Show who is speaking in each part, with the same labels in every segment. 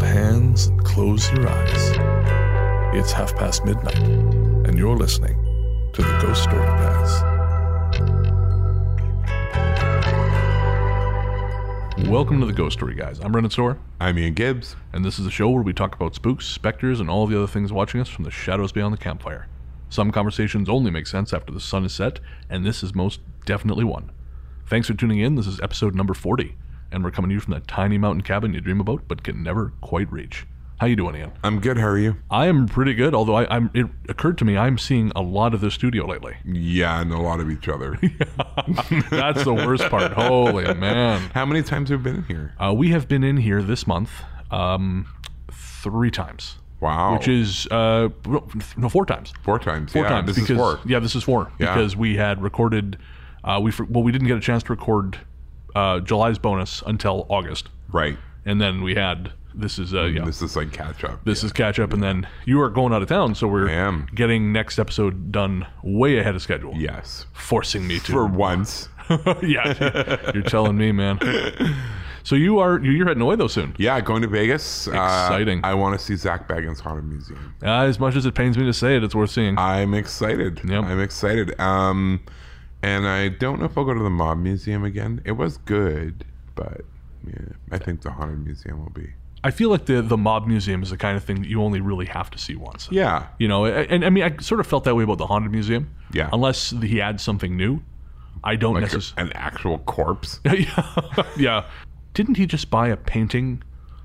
Speaker 1: lungs and close your eyes. It's half past midnight, and you're listening to the Ghost Story Guys. Welcome to the Ghost Story Guys. I'm Renan Soar,
Speaker 2: I'm Ian Gibbs.
Speaker 1: and this is a show where we talk about spooks, specters, and all the other things watching us from the shadows beyond the campfire. Some conversations only make sense after the sun is set, and this is most definitely one. Thanks for tuning in. This is episode number 40, and we're coming to you from that tiny mountain cabin you dream about but can never quite reach. How you doing, Ian?
Speaker 2: I'm good. How are you?
Speaker 1: I am pretty good, although I, I'm. It occurred to me I'm seeing a lot of the studio lately.
Speaker 2: Yeah, and a lot of each other.
Speaker 1: That's the worst part. Holy man!
Speaker 2: How many times have we been in here?
Speaker 1: Uh, we have been in here this month, um, three times,
Speaker 2: Wow.
Speaker 1: which is uh, no four times.
Speaker 2: four times.
Speaker 1: Four
Speaker 2: Oh. yeah,
Speaker 1: times
Speaker 2: This
Speaker 1: because
Speaker 2: is four.
Speaker 1: yeah, this is four
Speaker 2: Yeah.
Speaker 1: because we had recorded. Uh, we for, well, we didn't get a chance to record uh, July's bonus until August,
Speaker 2: Right.
Speaker 1: and then we had this is uh, yeah,
Speaker 2: Mm, This is like catch up.
Speaker 1: this is catch up, and then you are going out of town, so we're
Speaker 2: I am.
Speaker 1: getting next episode done way ahead of schedule.
Speaker 2: yes.
Speaker 1: forcing me to.
Speaker 2: For once.
Speaker 1: yeah, you're- you're telling me, man. So you are you're heading away though soon.
Speaker 2: Yeah, going to Vegas. Uh,
Speaker 1: Exciting.
Speaker 2: I want to see Zach Baggins Haunted Museum.
Speaker 1: Uh, as much as it pains me to say it, it's worth seeing.
Speaker 2: I'm excited.
Speaker 1: Yep.
Speaker 2: I'm excited. Um, and I don't know if I'll go to the Mob Museum again. It was good, but yeah, I think the Haunted Museum will be.
Speaker 1: I feel like the the mob museum is the kind of thing that you only really have to see once.
Speaker 2: Yeah.
Speaker 1: You know, and, and I mean, I sort of felt that way about the haunted museum.
Speaker 2: Yeah.
Speaker 1: Unless he adds something new, I don't
Speaker 2: Like
Speaker 1: necessarily.
Speaker 2: an actual corpse,
Speaker 1: yeah. yeah. Didn't he just buy a painting?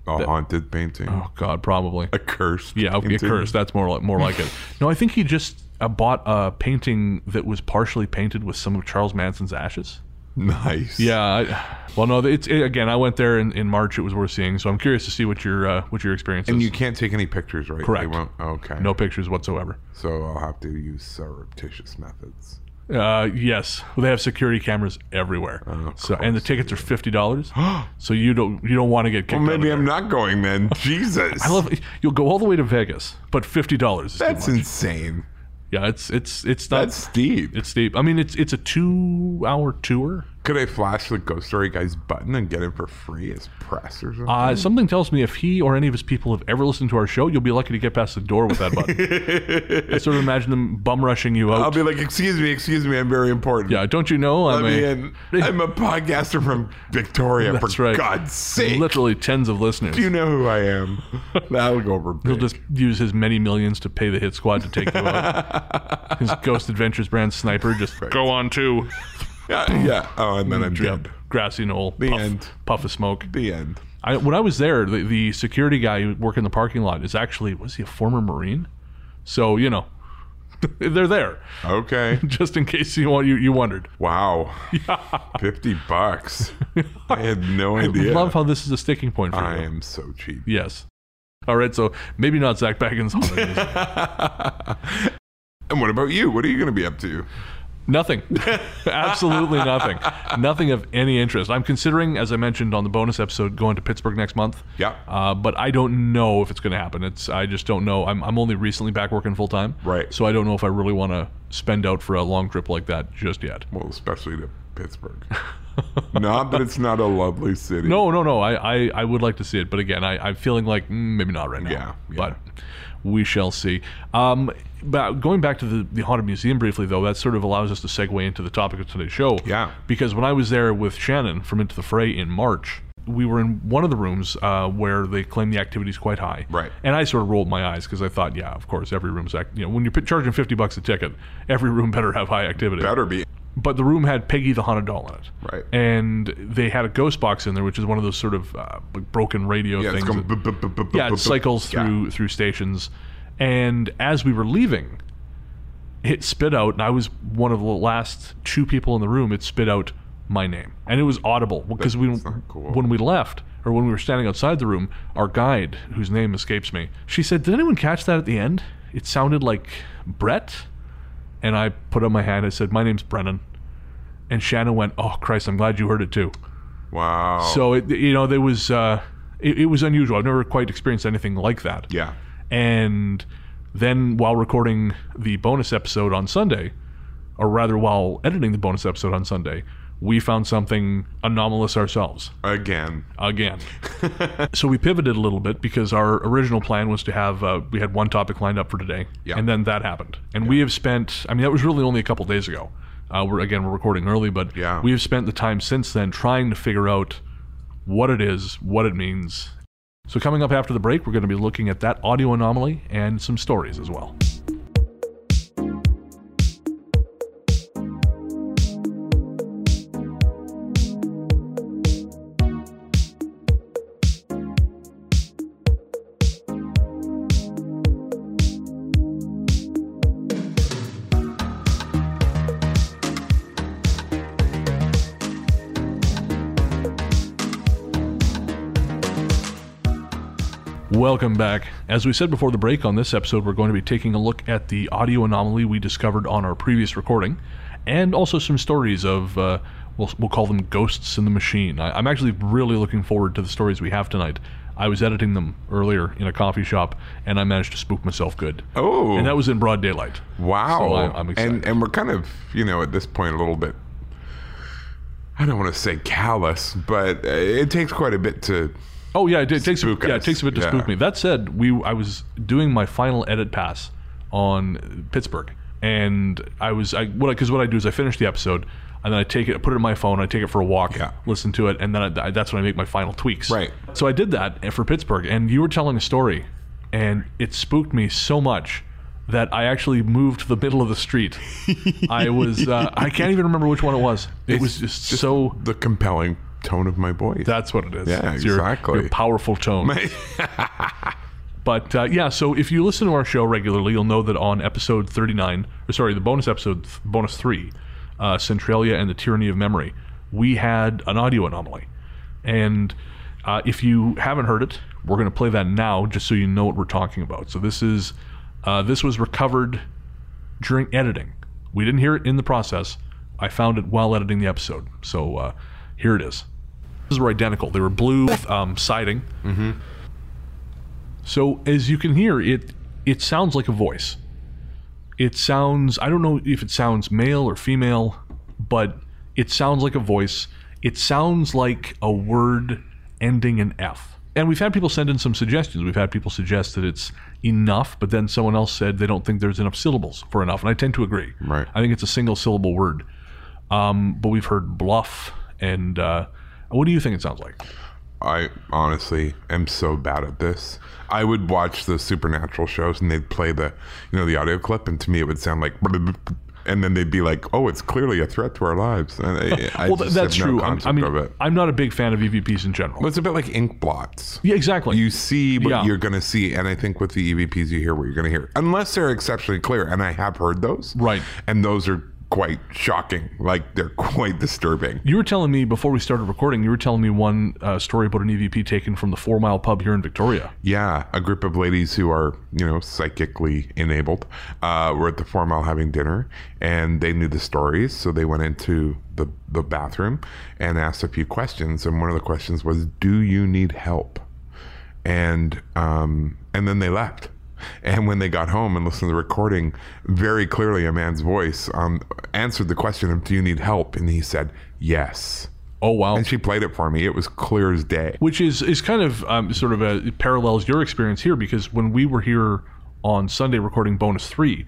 Speaker 2: a haunted painting,
Speaker 1: Oh God, probably.
Speaker 2: a cursed.
Speaker 1: Yeah, a
Speaker 2: painting.
Speaker 1: curse. That's more like more like it. No, I think he just uh, bought a painting that was partially painted with some of Charles Manson's ashes.
Speaker 2: Nice.
Speaker 1: Yeah. I, well, no, it's it, again. I went there in, in March. It was worth seeing. So I'm curious to see what your uh, what your experience
Speaker 2: And
Speaker 1: is.
Speaker 2: you can't take any pictures, right? They
Speaker 1: Correct.
Speaker 2: won't- Oh, Okay.
Speaker 1: no pictures whatsoever.
Speaker 2: So I'll have to use surreptitious methods.
Speaker 1: Uh, yes, well, they have security cameras everywhere.
Speaker 2: Oh,
Speaker 1: so and the tickets are fifty dollars. so you don't you don't want to get kicked.
Speaker 2: Well,
Speaker 1: out of
Speaker 2: maybe
Speaker 1: there.
Speaker 2: I'm not going then. Jesus.
Speaker 1: I love you'll go all the way to Vegas, but fifty dollars.
Speaker 2: That's insane.
Speaker 1: yeah. It's it's it's not
Speaker 2: That's steep.
Speaker 1: it's steep. I mean, it's it's a two hour tour.
Speaker 2: Could I flash the Ghost Story guy's button and get it for free as press or something?
Speaker 1: Uh, Something tells me if he or any of his people have ever listened to our show, you'll be lucky to get past the door with that button. I sort of imagine them bum rushing you out.
Speaker 2: I'll be like, excuse me, excuse me, I'm very important.
Speaker 1: yeah, don't you know? I'm
Speaker 2: I
Speaker 1: a-
Speaker 2: mean, I'm a podcaster from Victoria,
Speaker 1: That's
Speaker 2: for
Speaker 1: right.
Speaker 2: God's sake.
Speaker 1: literally tens of listeners.
Speaker 2: Do you know who I am? That'll go over
Speaker 1: He'll
Speaker 2: big.
Speaker 1: just use his many millions to pay the hit squad to take you out. His Ghost Adventures brand sniper just go on to
Speaker 2: yeah, yeah. Oh, and then I'm dead.
Speaker 1: grassy knoll,
Speaker 2: The
Speaker 1: puff,
Speaker 2: end.
Speaker 1: puff of smoke.
Speaker 2: The end.
Speaker 1: I, when I was there, the, the security guy who worked in the parking lot is actually was he a former Marine? So you know, they're there
Speaker 2: Okay.
Speaker 1: just in case you want you, you wondered.
Speaker 2: Wow. 50 bucks. I had no idea.
Speaker 1: Love how this is a sticking point for
Speaker 2: I
Speaker 1: you.
Speaker 2: am so cheap.
Speaker 1: Yes. All right, so maybe not Zach Baggins. on it.
Speaker 2: And what about you? What are you going to be up to?
Speaker 1: Nothing. Absolutely nothing. Nothing of any interest. I'm considering, as I mentioned on the bonus episode, going to Pittsburgh next month.
Speaker 2: Yeah.
Speaker 1: Uh, but I don't know if it's going to happen. It's I just don't know. I'm, I'm only recently back working full time.
Speaker 2: Right.
Speaker 1: So I don't know if I really want to spend out for a long trip like that just yet.
Speaker 2: Well, especially to Pittsburgh. not that it's not a lovely city.
Speaker 1: No, no, no. I, I, I would like to see it, but again, I, I'm feeling like mm, maybe not right now.
Speaker 2: Yeah, yeah.
Speaker 1: But we shall see. Um, but going back to the, the Haunted Museum briefly, though, that sort of allows us to segue into the topic of today's show.
Speaker 2: Yeah.
Speaker 1: Because when I was there with Shannon from Into the Fray in March, we were in one of the rooms uh, where they claim the activity's quite high.
Speaker 2: Right.
Speaker 1: And I sort of rolled my eyes because I thought, yeah, of course, every room's act. You know, when you're p- charging 50 bucks a ticket, every room better have high activity
Speaker 2: Better be.
Speaker 1: but the room had Peggy the Haunted Doll in it.
Speaker 2: Right.
Speaker 1: And they had a ghost box in there, which is one of those sort of uh, like broken radio
Speaker 2: Yeah, it's
Speaker 1: things.
Speaker 2: going.
Speaker 1: that- yeah, it cycles through through stations. And as we were leaving, it spit out, and I was one of the last two people in the room. It spit out my name, and it was audible because we
Speaker 2: not cool.
Speaker 1: when we left or when we were standing outside the room, our guide, whose name escapes me, she said, "Did anyone catch that at the end? It sounded like Brett." And I put up my hand. I said, "My name's Brennan." And Shannon went, "Oh Christ, I'm glad you heard it too."
Speaker 2: Wow.
Speaker 1: So it, you know, there was uh, it, it was unusual. I've never quite experienced anything like that.
Speaker 2: yeah.
Speaker 1: And then while recording the bonus episode on Sunday, or rather while editing the bonus episode on Sunday, we found something anomalous ourselves
Speaker 2: Again.
Speaker 1: again. so we pivoted a little bit because our original plan was to have uh, we had one topic lined up for today,
Speaker 2: Yeah.
Speaker 1: and then that happened. And we have spent I mean that was really only a couple days ago. Uh, we're again we're recording early, but
Speaker 2: Yeah.
Speaker 1: we have spent the time since then trying to figure out what it is, what it means. So coming up after the break, we're going to be looking at that audio anomaly and some stories as well. Welcome back. As we said before the break, on this episode, we're going to be taking a look at the audio anomaly we discovered on our previous recording, and also some stories of, uh, we'll, we'll call them ghosts in the machine. I, I'm actually really looking forward to the stories we have tonight. I was editing them earlier in a coffee shop, and I managed to spook myself good.
Speaker 2: Oh.
Speaker 1: And that was in broad daylight.
Speaker 2: Wow.
Speaker 1: So I- I'm excited.
Speaker 2: And and we're kind of, you know, at this point a little bit I don't want to say callous, but uh, it takes quite a bit to
Speaker 1: Oh yeah, it, it takes
Speaker 2: Spook
Speaker 1: yeah, it
Speaker 2: us,
Speaker 1: takes a bit to
Speaker 2: yeah.
Speaker 1: spook me. That said, we I was doing my final edit pass on Pittsburgh, and I was I what because what I do is I finish the episode and then I take it, I put it in my phone, I take it for a walk,
Speaker 2: Yeah.
Speaker 1: listen to it, and then I, that's when I make my final tweaks.
Speaker 2: Right.
Speaker 1: So I did that eh, for Pittsburgh, and you were telling a story, and it spooked me so much. That I actually moved to the middle of the street. I was—I can't even remember which one it was. It was just, so.
Speaker 2: the compelling tone of my voice.
Speaker 1: That's what it is.
Speaker 2: Yeah,
Speaker 1: It's your-
Speaker 2: exactly.
Speaker 1: your powerful tone. But uh, yeah, so if you listen to our show regularly, you'll know that on episode 39, or sorry, the bonus episode, th- bonus three, uh, Centralia and the Tyranny of Memory, we had an audio anomaly. And uh, if you haven't heard it, we're going to play that now just so you know what we're talking about. So this is, uh, this was recovered during editing. We didn't hear it in the process. I found it while editing the episode. So uh, here it is. These were identical. They were blue with um, siding. So as you can hear, it it sounds like a voice. It sounds I don't know if it sounds male or female, but it sounds like a voice. It sounds like a word ending in F. And we've had people send in some suggestions. We've had people suggest that it's enough, but then someone else said they don't think there's enough syllables for enough, and I tend to agree.
Speaker 2: Right.
Speaker 1: I think it's a single syllable word. Um, but we've heard bluff and uh, what do you think it sounds like?
Speaker 2: I honestly am so bad at this. I would watch the supernatural shows and they'd play the, you know, the audio clip, and to me it would sound like, and then they'd be like, "Oh, it's clearly a threat to our lives." And I, I
Speaker 1: well, th-
Speaker 2: just
Speaker 1: that's
Speaker 2: have
Speaker 1: true.
Speaker 2: No
Speaker 1: I'm,
Speaker 2: concept
Speaker 1: I mean,
Speaker 2: of it.
Speaker 1: I'm not a big fan of EVPs in general.
Speaker 2: Well, it's a bit like ink blots.
Speaker 1: Yeah, exactly.
Speaker 2: You see what
Speaker 1: Yeah.
Speaker 2: you're going to see, and I think with the EVPs, you hear what you're going to hear, unless they're exceptionally clear. And I have heard those,
Speaker 1: Right.
Speaker 2: And those are quite shocking. Like they're quite disturbing.
Speaker 1: you were telling me before we started recording, you were telling me one uh, story about an EVP taken from the Four Mile Pub here in Victoria.
Speaker 2: Yeah, a group of ladies who are, you know, psychically enabled uh, were at the Four Mile having dinner, and they knew the stories, so they went into the the bathroom and asked a few questions. And one of the questions was, "Do you need help?" And um, and then they left. And when they got home and listened to the recording, very clearly a man's voice um, answered the question of, "Do you need help?" And he said, "Yes."
Speaker 1: Oh wow!
Speaker 2: And she played it for me. It was clear as day.
Speaker 1: Which is is kind of um, sort of a, it parallels your experience here because when we were here on Sunday recording bonus three,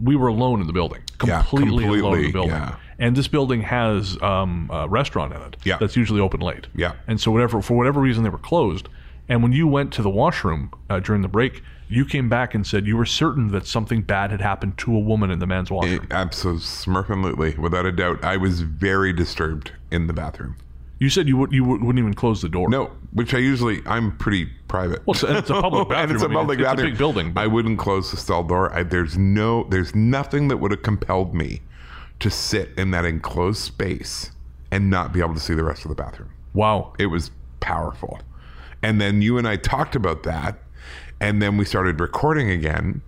Speaker 1: we were alone in the building,
Speaker 2: Yeah,
Speaker 1: completely, alone in the
Speaker 2: completely,
Speaker 1: building.
Speaker 2: yeah.
Speaker 1: And this building has um, a restaurant in it
Speaker 2: Yeah.
Speaker 1: that's usually open late.
Speaker 2: Yeah.
Speaker 1: And so whatever for whatever reason they were closed. And when you went to the washroom uh, during the break, you came back and said you were certain that something bad had happened to a woman in the man's washroom.
Speaker 2: Absolutely, smurfingly, without a doubt. I was very disturbed in the bathroom.
Speaker 1: you said you would you wou- wouldn't even close the door.
Speaker 2: No, which I usually I'm pretty private.
Speaker 1: Well, it's, and it's a public bathroom.
Speaker 2: and it's a
Speaker 1: I mean,
Speaker 2: public
Speaker 1: it's,
Speaker 2: bathroom.
Speaker 1: It's a big building. but-
Speaker 2: I wouldn't close the stall door. I, there's no, there's nothing that would have compelled me to sit in that enclosed space and not be able to see the rest of the bathroom.
Speaker 1: wow.
Speaker 2: It was powerful. And then you and I talked about that. And then we started recording again.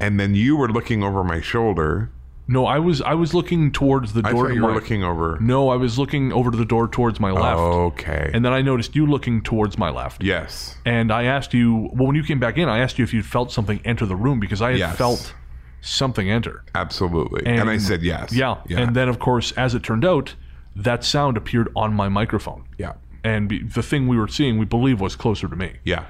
Speaker 2: And then you were looking over my shoulder.
Speaker 1: No, I was I was looking towards the
Speaker 2: I
Speaker 1: door.
Speaker 2: thought
Speaker 1: to
Speaker 2: you were
Speaker 1: my-
Speaker 2: looking Oh. over.
Speaker 1: No, I was looking over to the door towards my left,
Speaker 2: Okay.
Speaker 1: and then I noticed you looking towards my left.
Speaker 2: yes.
Speaker 1: And I asked you, well, when you came back in, I asked you if you'd felt something enter the room because I had
Speaker 2: Yes.
Speaker 1: felt something enter.
Speaker 2: Absolutely. And, I
Speaker 1: And-
Speaker 2: said yes.
Speaker 1: Yeah.
Speaker 2: Yeah.
Speaker 1: And then, of course, as it turned out, that sound appeared on my microphone.
Speaker 2: Yeah.
Speaker 1: And be, the thing we were seeing, we believe, was closer to me.
Speaker 2: Yeah.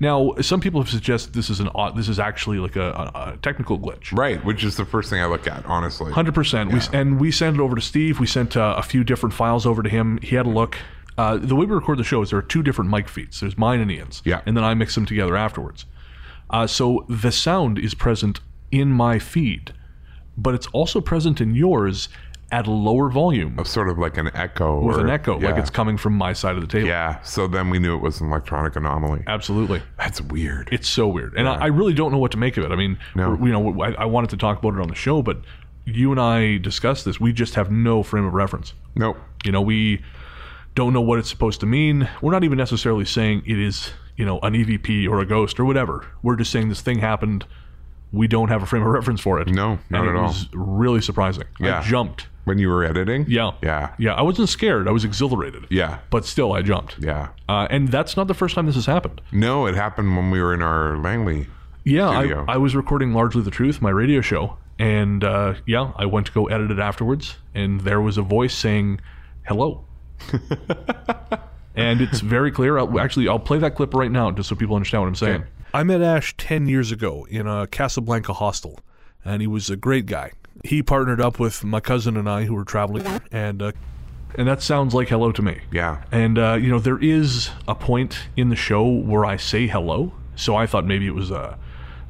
Speaker 1: Now, some people have suggested this is an odd, this is actually like a, a, a technical glitch.
Speaker 2: Right, which is the first thing I look at, honestly.
Speaker 1: Hundred percent. We and we sent it over to Steve. We sent uh, a few different files over to him. He had a look. Uh, the way we record the show is there are two different mic feeds. There's mine and Ian's.
Speaker 2: Yeah.
Speaker 1: And then I mix them together afterwards. Uh, so the sound is present in my feed, but it's also present in yours at a lower volume
Speaker 2: Sort of like an echo.
Speaker 1: with
Speaker 2: or,
Speaker 1: an echo, like
Speaker 2: yeah.
Speaker 1: it's coming from my side of the table.
Speaker 2: Yeah. So then we knew it was an electronic anomaly.
Speaker 1: Absolutely.
Speaker 2: That's weird.
Speaker 1: It's so weird, and I, I really don't know what to make of it. I mean,
Speaker 2: No.
Speaker 1: we're- you know, I, I wanted to talk about it on the show, but you and I discussed this. We just have no frame of reference.
Speaker 2: nope.
Speaker 1: You know, we don't know what it's supposed to mean. We're not even necessarily saying it is, you know, an EVP or a ghost or whatever. We're just saying this thing happened. We don't have a frame of reference for it.
Speaker 2: No, not
Speaker 1: and
Speaker 2: at
Speaker 1: it
Speaker 2: all.
Speaker 1: was really surprising.
Speaker 2: Yeah.
Speaker 1: I jumped.
Speaker 2: When you were editing?
Speaker 1: Yeah.
Speaker 2: Yeah.
Speaker 1: Yeah. I wasn't scared. I was exhilarated.
Speaker 2: Yeah.
Speaker 1: But still, I jumped.
Speaker 2: Yeah.
Speaker 1: Uh, and that's not the first time this has happened.
Speaker 2: No, it happened when we were in our Langley.
Speaker 1: Yeah,
Speaker 2: studio.
Speaker 1: I, I was recording largely the truth, my radio show, and uh, yeah, I went to go edit it afterwards, and there was a voice saying, "Hello," and it's very clear. I'll, actually, I'll play that clip right now just so people understand what I'm saying.
Speaker 2: Okay.
Speaker 1: I met Ash ten years ago in a Casablanca hostel, and he was a great guy. He partnered up with my cousin and I, who were traveling, and uh, and that sounds like hello to me.
Speaker 2: Yeah.
Speaker 1: And uh, you know, there is a point in the show where I say hello, so I thought maybe it was uh,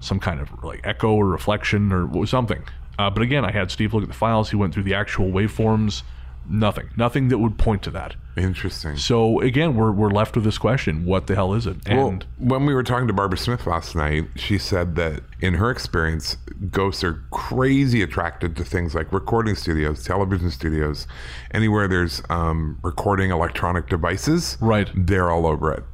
Speaker 1: some kind of like echo or reflection or w- something. Uh, but again, I had Steve look at the files. He went through the actual waveforms. Nothing. Nothing that would point to that.
Speaker 2: Interesting.
Speaker 1: So again, we're we're left with this question: What the hell is it?
Speaker 2: Well,
Speaker 1: And
Speaker 2: when we were talking to Barbara Smith last night, she said that in her experience, ghosts are crazy attracted to things like recording studios, television studios, anywhere there's um, recording electronic devices.
Speaker 1: Right.
Speaker 2: They're all over it.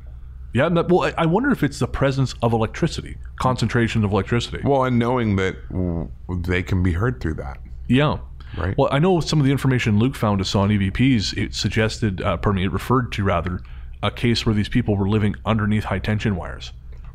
Speaker 1: yeah, and that- well, I- I wonder if it's the presence of electricity, concentration of electricity.
Speaker 2: Well, and knowing that w- they can be heard through that.
Speaker 1: Yeah.
Speaker 2: Right.
Speaker 1: Well, I know some of the information Luke found us on EVPs. It suggested, uh, pardon me, it referred to rather a case where these people were living underneath high tension wires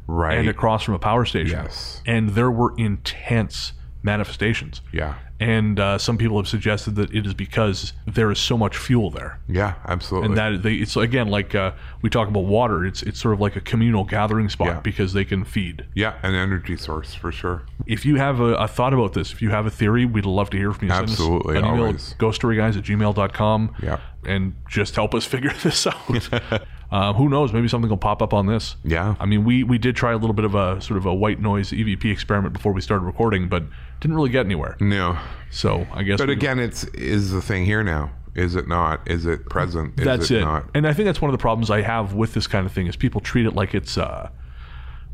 Speaker 2: Right.
Speaker 1: and across from a power station.
Speaker 2: Yes.
Speaker 1: And there were intense manifestations.
Speaker 2: yeah.
Speaker 1: And uh, some people have suggested that it is because there is so much fuel there.
Speaker 2: Yeah, absolutely.
Speaker 1: And that they, it's again like uh, we talk about water. It's it's sort of like a communal gathering spot
Speaker 2: Yeah.
Speaker 1: because they can feed.
Speaker 2: yeah, an energy source for sure.
Speaker 1: If you have a, a thought about this, if you have a theory, we'd love to hear from you. Send us
Speaker 2: Absolutely,
Speaker 1: an email
Speaker 2: always.
Speaker 1: at ghostoryguys at gmail.com
Speaker 2: Yeah.
Speaker 1: and just help us figure this out. uh, who knows? Maybe something will pop up on this.
Speaker 2: Yeah.
Speaker 1: I mean, we, we did try a little bit of a sort of a white noise EVP experiment before we started recording, but didn't really get anywhere.
Speaker 2: No.
Speaker 1: So I guess.
Speaker 2: Mm. But
Speaker 1: we-
Speaker 2: again, it's is the thing here now. Is it not? Is it present? Is
Speaker 1: that's it.
Speaker 2: not?
Speaker 1: And I think that's one of the problems I have with this kind of thing is people treat it like it's. Uh,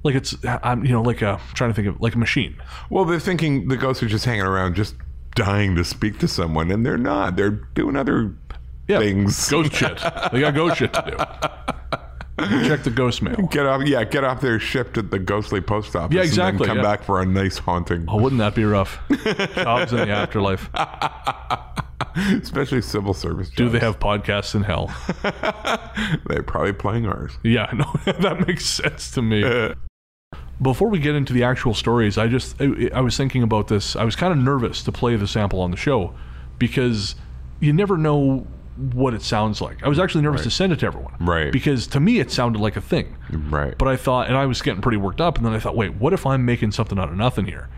Speaker 1: like it's, uh, I'm, you know, like a, I'm trying to think of like a machine.
Speaker 2: Well, they're thinking the ghosts are just hanging around, just dying to speak to someone, and they're not. They're doing other
Speaker 1: Yeah.
Speaker 2: things.
Speaker 1: Ghost shit. They got ghost shit to do. Check the ghost mail.
Speaker 2: Get off, yeah, get off their shift at the ghostly post office.
Speaker 1: Yeah, exactly,
Speaker 2: And then come
Speaker 1: yeah.
Speaker 2: back for a nice haunting,
Speaker 1: Oh, wouldn't that be rough? Jobs in the afterlife.
Speaker 2: especially civil service.
Speaker 1: Do they have podcasts in hell?
Speaker 2: They're probably playing ours.
Speaker 1: Yeah, no, that makes sense to me. Before we get into the actual stories, I just I, I was thinking about this. I was kind of nervous to play the sample on the show because you never know what it sounds like. I was actually nervous to send it to everyone,
Speaker 2: Right.
Speaker 1: Because to me, it sounded like a thing,
Speaker 2: Right.
Speaker 1: But I thought, and I was getting pretty worked up, and then I thought, wait, what if I'm making something out of nothing here?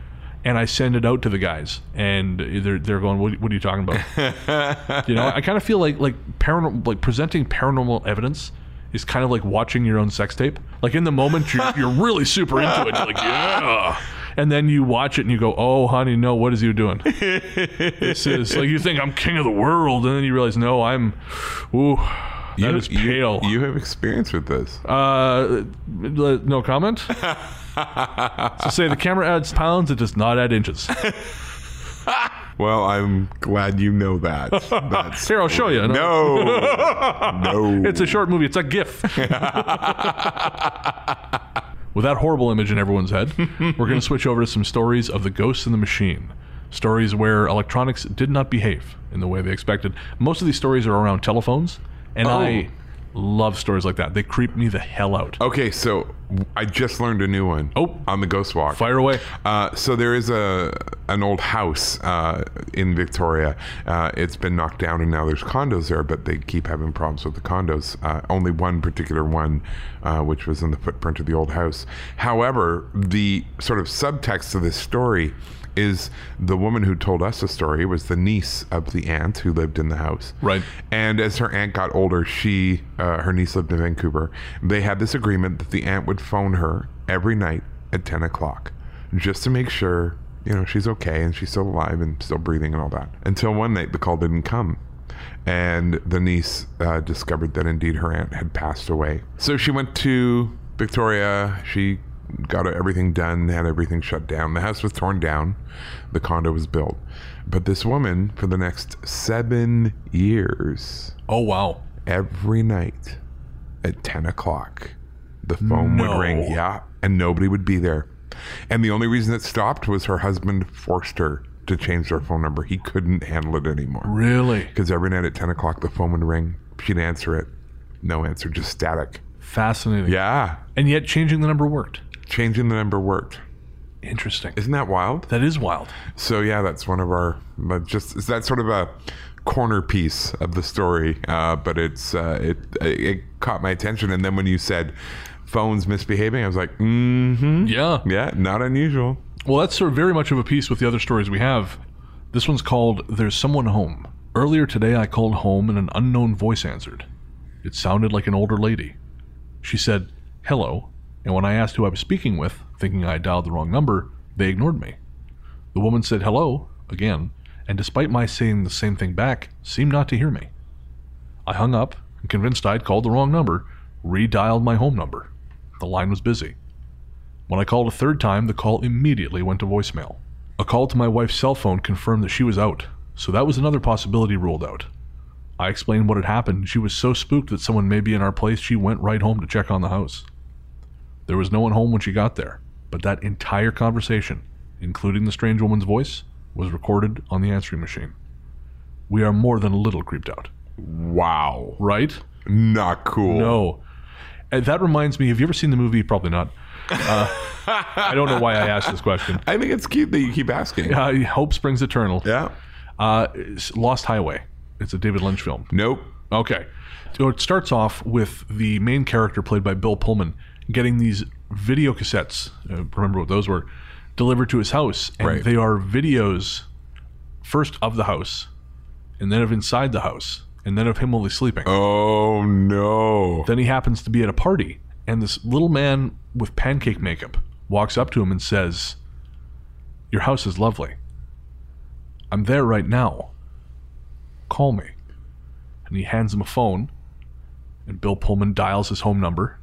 Speaker 1: And I send it out to the guys, and they're, they're going, what, what are you talking about? you know, I kind of feel like like paranormal, like presenting paranormal evidence is kind of like watching your own sex tape. Like in the moment, you're, you're really super into it, you're like yeah, and then you watch it and you go, oh, honey, no, what is you doing? this is like you think I'm king of the world, and then you realize, no, I'm, ooh, that is pale.
Speaker 2: You, have experience with this.
Speaker 1: Uh, l- no comment. so say the camera adds pounds, it does not add inches.
Speaker 2: well, I'm glad you know that. That's
Speaker 1: Here, I'll show you.
Speaker 2: no, no.
Speaker 1: It's a short movie. It's a GIF. With that horrible image in everyone's head, we're going to switch over to some stories of the ghosts in the machine. Stories where
Speaker 2: Oh.
Speaker 1: electronics did not behave in the way they expected. Most of these stories are around telephones, and I Love stories like that. They creep me the hell out.
Speaker 2: Okay, so I just learned a new one.
Speaker 1: Oh.
Speaker 2: on the Ghost Walk.
Speaker 1: Fire away.
Speaker 2: Uh, so there is a an old house uh, in Victoria. Uh, it's been knocked down, and now there's condos there, but they keep having problems with the condos. Uh, only one particular one, uh, which was in the footprint of the old house. However, the sort of subtext of this story is the woman who told us the story was the niece of the aunt who lived in the house.
Speaker 1: Right.
Speaker 2: And as her aunt got older, she uh, her niece lived in Vancouver. They had this agreement that the aunt would phone her every night at ten o'clock, just to make sure you know she's okay and she's still alive and still breathing and all that. Until one night the call didn't come, and the niece uh, discovered that indeed her aunt had passed away. So she went to Victoria. She got everything done, had everything shut down. The house was torn down, the condo was built. But this woman, for the next seven years,
Speaker 1: Oh wow.
Speaker 2: every night at 10 o'clock, the phone
Speaker 1: No.
Speaker 2: would ring. Yeah. And nobody would be there. And the only reason it stopped was her husband forced her to change their phone number. He couldn't handle it anymore.
Speaker 1: Really
Speaker 2: Because every night at 10 o'clock, the phone would ring. She'd answer it. No answer, just static.
Speaker 1: fascinating.
Speaker 2: Yeah.
Speaker 1: And yet changing the number worked.
Speaker 2: Changing the number worked.
Speaker 1: Interesting.
Speaker 2: Isn't that wild?
Speaker 1: That is wild.
Speaker 2: So yeah, that's one of our but just is that sort of a corner piece of the story, uh, but it's uh, it it caught my attention. And then when you said phones misbehaving, I was like, mm-hmm,
Speaker 1: Yeah.
Speaker 2: yeah, not unusual.
Speaker 1: Well, that's sort of very much of a piece with the other stories we have. This one's called There's Someone Home. Earlier today, I called home and an unknown voice answered. It sounded like an older lady. She said, Hello, and when I asked who I was speaking with, thinking I had dialed the wrong number, they ignored me. The woman said, Hello, again, and despite my saying the same thing back, seemed not to hear me. I hung up, and convinced I had called the wrong number, redialed my home number. The line was busy. When I called a third time, the call immediately went to voicemail. A call to my wife's cell phone confirmed that she was out, so that was another possibility ruled out. I explained what had happened, and she was so spooked that someone may be in our place, she went right home to check on the house. There was no one home when she got there, but that entire conversation, including the strange woman's voice, was recorded on the answering machine. We are more than a little creeped out,
Speaker 2: Wow,
Speaker 1: right?
Speaker 2: not cool.
Speaker 1: No. And that reminds me, have you ever seen the movie? Probably not. Uh, I don't know why I asked this question.
Speaker 2: I think it's cute that you keep asking.
Speaker 1: Uh, Hope Springs Eternal.
Speaker 2: Yeah.
Speaker 1: Uh, it's Lost Highway. It's a David Lynch film.
Speaker 2: Nope.
Speaker 1: Okay. So it starts off with the main character played by Bill Pullman getting these video cassettes, uh, remember what those were, delivered to his house. And
Speaker 2: Right.
Speaker 1: they are videos first of the house, and then of inside the house, and then of him while he's sleeping.
Speaker 2: Oh no.
Speaker 1: Then he happens to be at a party, and this little man with pancake makeup walks up to him and says, Your house is lovely. I'm there right now. Call me. And he hands him a phone, and Bill Pullman dials his home number,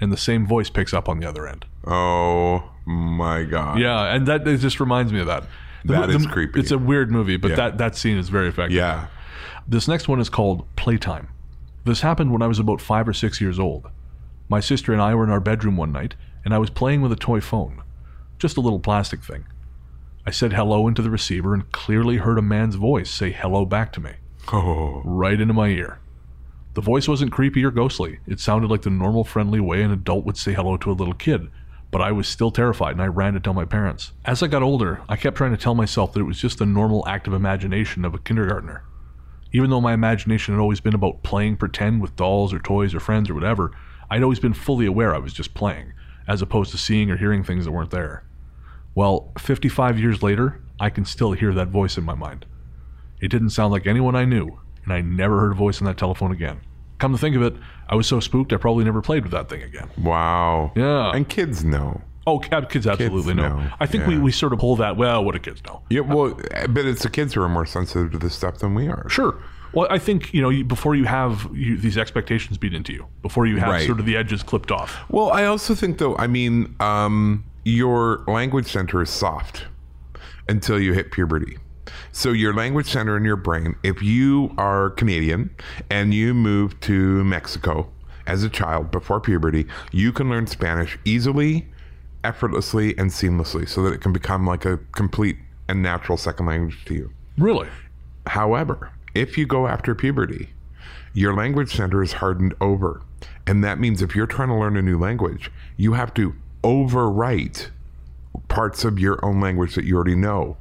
Speaker 1: and the same voice picks up on the other end.
Speaker 2: Oh my god.
Speaker 1: Yeah, and that it just reminds me of that. The,
Speaker 2: That
Speaker 1: the-
Speaker 2: is creepy.
Speaker 1: It's a weird movie, but
Speaker 2: Yeah.
Speaker 1: that, that scene is very effective.
Speaker 2: Yeah.
Speaker 1: This next one is called Playtime. This happened when I was about five or six years old. My sister and I were in our bedroom one night, and I was playing with a toy phone. Just a little plastic thing. I said hello into the receiver and clearly heard a man's voice say hello back to me,
Speaker 2: Oh.
Speaker 1: right into my ear. The voice wasn't creepy or ghostly. It sounded like the normal, friendly way an adult would say hello to a little kid, but I was still terrified and I ran to tell my parents. As I got older, I kept trying to tell myself that it was just the normal active imagination of a kindergartner. Even though my imagination had always been about playing pretend with dolls or toys or friends or whatever, I'd always been fully aware I was just playing, as opposed to seeing or hearing things that weren't there. Well, 55 years later, I can still hear that voice in my mind. It didn't sound like anyone I knew, and I never heard a voice on that telephone again. Come to think of it, I was so spooked I probably never played with that thing again.
Speaker 2: Wow.
Speaker 1: Yeah.
Speaker 2: And kids know.
Speaker 1: Oh, cab kids absolutely know.
Speaker 2: know,
Speaker 1: I think we,
Speaker 2: yeah.
Speaker 1: we sort of hold that, well, what do kids know?
Speaker 2: Yeah, well, but it's the kids who are more sensitive to this stuff than we are.
Speaker 1: Sure. Well, I think, you know, you- before you have you, these expectations beat into you, before you have
Speaker 2: Right.
Speaker 1: sort of the edges clipped off.
Speaker 2: Well, I also think though, I mean, um, your language center is soft until you hit puberty. So your language center in your brain, if you are Canadian and you move to Mexico as a child before puberty, you can learn Spanish easily, effortlessly, and seamlessly so that it can become like a complete and natural second language to you.
Speaker 1: Really?
Speaker 2: However, if you go after puberty your language center is hardened over. And that means if you're trying to learn a new language, you have to overwrite parts of your own language that you already know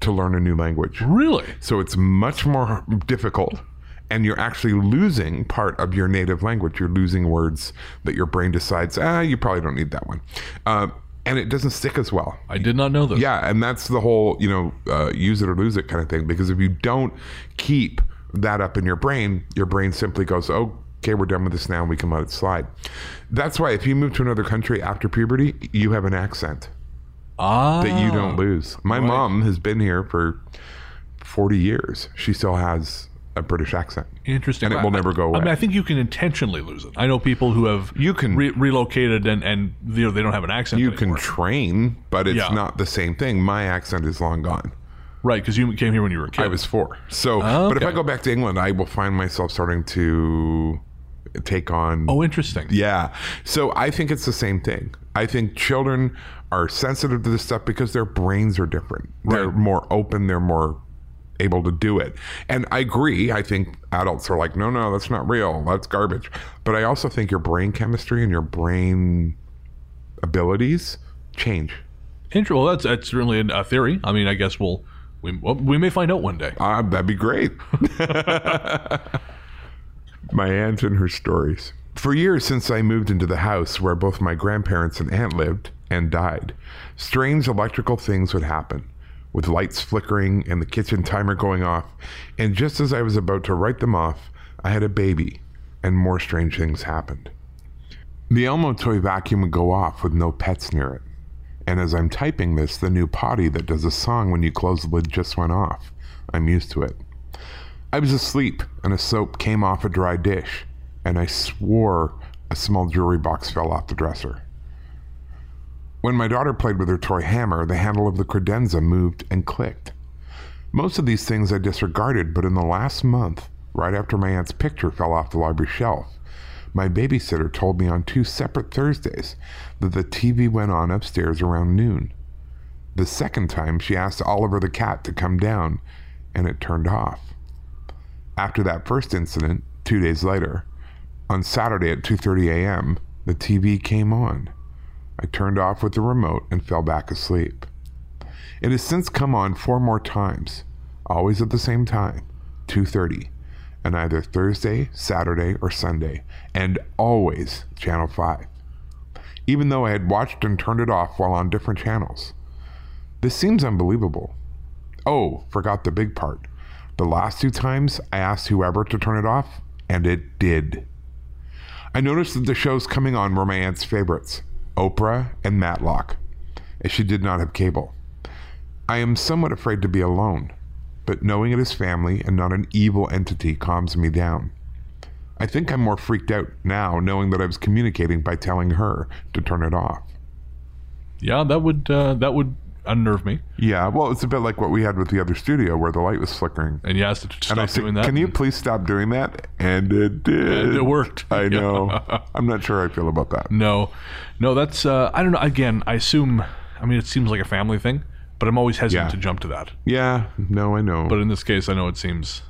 Speaker 2: to learn a new language.
Speaker 1: Really?
Speaker 2: So it's much more difficult. And you're actually losing part of your native language. You're losing words that your brain decides, ah, you probably don't need that one. Uh, and it doesn't stick as well.
Speaker 1: I did not know this.
Speaker 2: Yeah, and that's the whole you know uh, use it or lose it kind of thing. Because if you don't keep that up in your brain, your brain simply goes, "Oh, okay, we're done with this now. and We can let it slide." That's why if you move to another country after puberty, you have an accent
Speaker 1: Ah.
Speaker 2: that you don't lose. My mom has been here for forty years. She still has a British accent.
Speaker 1: Interesting.
Speaker 2: And it will
Speaker 1: I-
Speaker 2: never go
Speaker 1: I mean,
Speaker 2: away.
Speaker 1: I think you can intentionally lose it. I know people who have
Speaker 2: You can-
Speaker 1: re- relocated and and you know they don't have an accent.
Speaker 2: You
Speaker 1: anymore.
Speaker 2: can train, but it's
Speaker 1: Yeah.
Speaker 2: not the same thing. My accent is long gone.
Speaker 1: right because you came here when you were a kid.
Speaker 2: I was four. So,
Speaker 1: Oh,
Speaker 2: but if
Speaker 1: okay.
Speaker 2: I go back to England, I will find myself starting to take on.
Speaker 1: oh, interesting.
Speaker 2: Yeah. So I think it's the same thing. I think children are sensitive to this stuff because their brains are different. They're
Speaker 1: Right.
Speaker 2: more open. They're more able to do it. And I agree. I think adults are like, no, no, that's not real. That's garbage. But I also think your brain chemistry and your brain abilities change.
Speaker 1: Inter- well, that's that's certainly an- a theory. I mean, I guess we'll we well, we may find out one day.
Speaker 2: Ah, that'd be great. my aunt and her stories. For years since I moved into the house where both my grandparents and aunt lived and died, strange electrical things would happen, with lights flickering and the kitchen timer going off. And just as I was about to write them off, I had a baby, and more strange things happened. The Elmo toy vacuum would go off with no pets near it. And as I'm typing this, the new potty that does a song when you close the lid just went off. I'm used to it. I was asleep, and a soap came off a dry dish, and I swore a small jewelry box fell off the dresser. When my daughter played with her toy hammer, the handle of the credenza moved and clicked. Most of these things I disregarded, but in the last month, right after my aunt's picture fell off the library shelf, my babysitter told me on two separate Thursdays that the TV went on upstairs around noon. The second time, she asked Oliver the cat to come down, and it turned off. After that first incident, two days later, on Saturday at 2:30 a.m., the TV came on. I turned off with the remote and fell back asleep. It has since come on four more times, always at the same time, 2:30, and either Thursday, Saturday, or Sunday, and always channel 5. Even though I had watched and turned it off while on different channels. This seems unbelievable. Oh, forgot the big part. The last two times I asked whoever to turn it off, and it did. I noticed that the shows coming on were my aunt's favorites Oprah and Matlock, as she did not have cable. I am somewhat afraid to be alone, but knowing it is family and not an evil entity calms me down. I think I'm more freaked out now knowing that I was communicating by telling her to turn it off.
Speaker 1: Yeah, that would uh, that would unnerve me.
Speaker 2: Yeah, well, it's a bit like what we had with the other studio where the light was flickering.
Speaker 1: And you asked it to
Speaker 2: And I
Speaker 1: stop
Speaker 2: said,
Speaker 1: doing that.
Speaker 2: Can you
Speaker 1: and
Speaker 2: please stop doing that? And it did.
Speaker 1: it worked.
Speaker 2: I
Speaker 1: Yeah.
Speaker 2: know. I'm not sure I feel about that.
Speaker 1: No, no, that's uh, I don't know. Again, I assume. I mean, it seems like a family thing, but I'm always hesitant
Speaker 2: Yeah.
Speaker 1: to jump to that.
Speaker 2: Yeah, no, I know.
Speaker 1: But in this case, I know it seems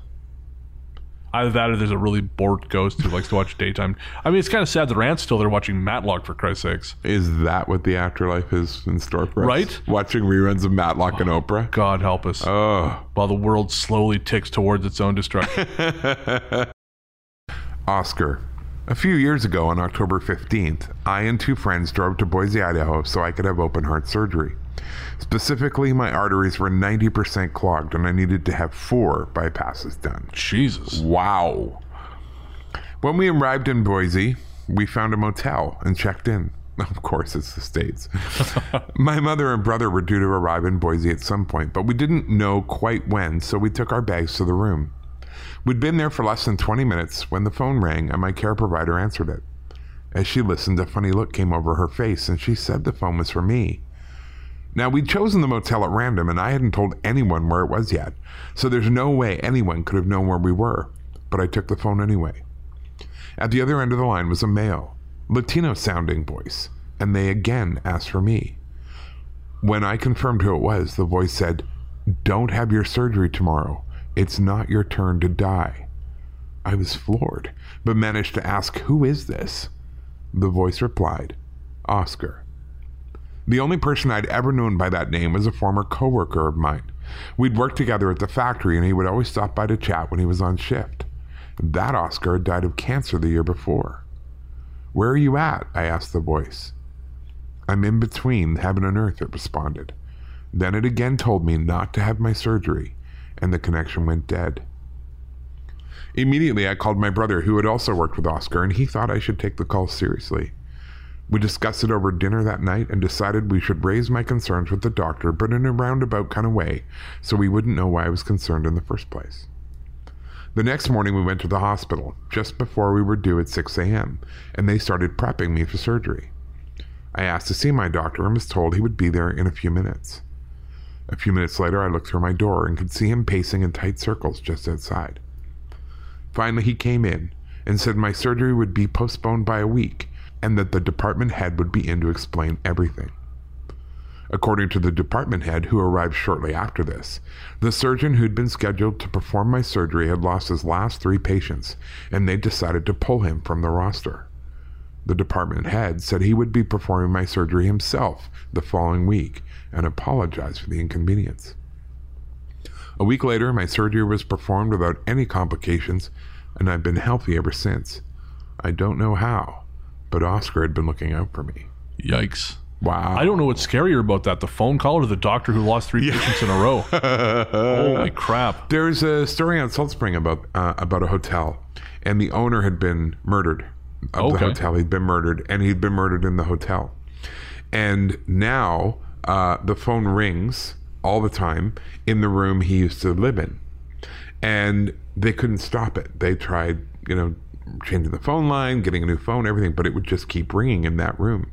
Speaker 1: either that or there's a really bored ghost who likes to watch daytime. I mean, it's kind of sad that Rant's still there watching Matlock for Christ's sakes.
Speaker 2: is that what the afterlife is in store for us?
Speaker 1: Right?
Speaker 2: Watching reruns of Matlock and Oprah?
Speaker 1: God help us.
Speaker 2: Oh.
Speaker 1: While the world slowly ticks towards its own destruction.
Speaker 2: Oscar. A few years ago, on October 15th, I and two friends drove to Boise, Idaho so I could have open heart surgery. Specifically, my arteries were 90% clogged and I needed to have four bypasses done.
Speaker 1: Jesus.
Speaker 2: Wow. When we arrived in Boise, we found a motel and checked in. Of course, it's the States. My mother and brother were due to arrive in Boise at some point, but we didn't know quite when, so we took our bags to the room. We'd been there for less than 20 minutes when the phone rang and my care provider answered it. As she listened, a funny look came over her face and she said the phone was for me. Now, we'd chosen the motel at random, and I hadn't told anyone where it was yet, so there's no way anyone could have known where we were, but I took the phone anyway. At the other end of the line was a male, Latino sounding voice, and they again asked for me. When I confirmed who it was, the voice said, Don't have your surgery tomorrow. It's not your turn to die. I was floored, but managed to ask, Who is this? The voice replied, Oscar. The only person I'd ever known by that name was a former coworker of mine. We'd worked together at the factory, and he would always stop by to chat when he was on shift. That Oscar had died of cancer the year before. Where are you at? I asked the voice. I'm in between heaven and earth, it responded. Then it again told me not to have my surgery, and the connection went dead. Immediately, I called my brother, who had also worked with Oscar, and he thought I should take the call seriously. We discussed it over dinner that night and decided we should raise my concerns with the doctor, but in a roundabout kind of way, so we wouldn't know why I was concerned in the first place. The next morning, we went to the hospital just before we were due at 6 a.m., and they started prepping me for surgery. I asked to see my doctor and was told he would be there in a few minutes. A few minutes later, I looked through my door and could see him pacing in tight circles just outside. Finally, he came in and said my surgery would be postponed by a week and that the department head would be in to explain everything. According to the department head, who arrived shortly after this, the surgeon who'd been scheduled to perform my surgery had lost his last three patients, and they decided to pull him from the roster. The department head said he would be performing my surgery himself the following week and apologized for the inconvenience. A week later, my surgery was performed without any complications, and I've been healthy ever since. I don't know how, but Oscar had been looking out for me.
Speaker 1: Yikes.
Speaker 2: Wow.
Speaker 1: I don't know what's scarier about that the phone call or the doctor who lost three patients in a row. Holy crap.
Speaker 2: There's a story on Salt Spring about uh, about a hotel, and the owner had been murdered. Of the
Speaker 1: Okay.
Speaker 2: hotel, he'd been murdered, and he'd been murdered in the hotel. And now uh, the phone rings all the time in the room he used to live in, and they couldn't stop it. They tried, you know, changing the phone line, getting a new phone, everything, but it would just keep ringing in that room.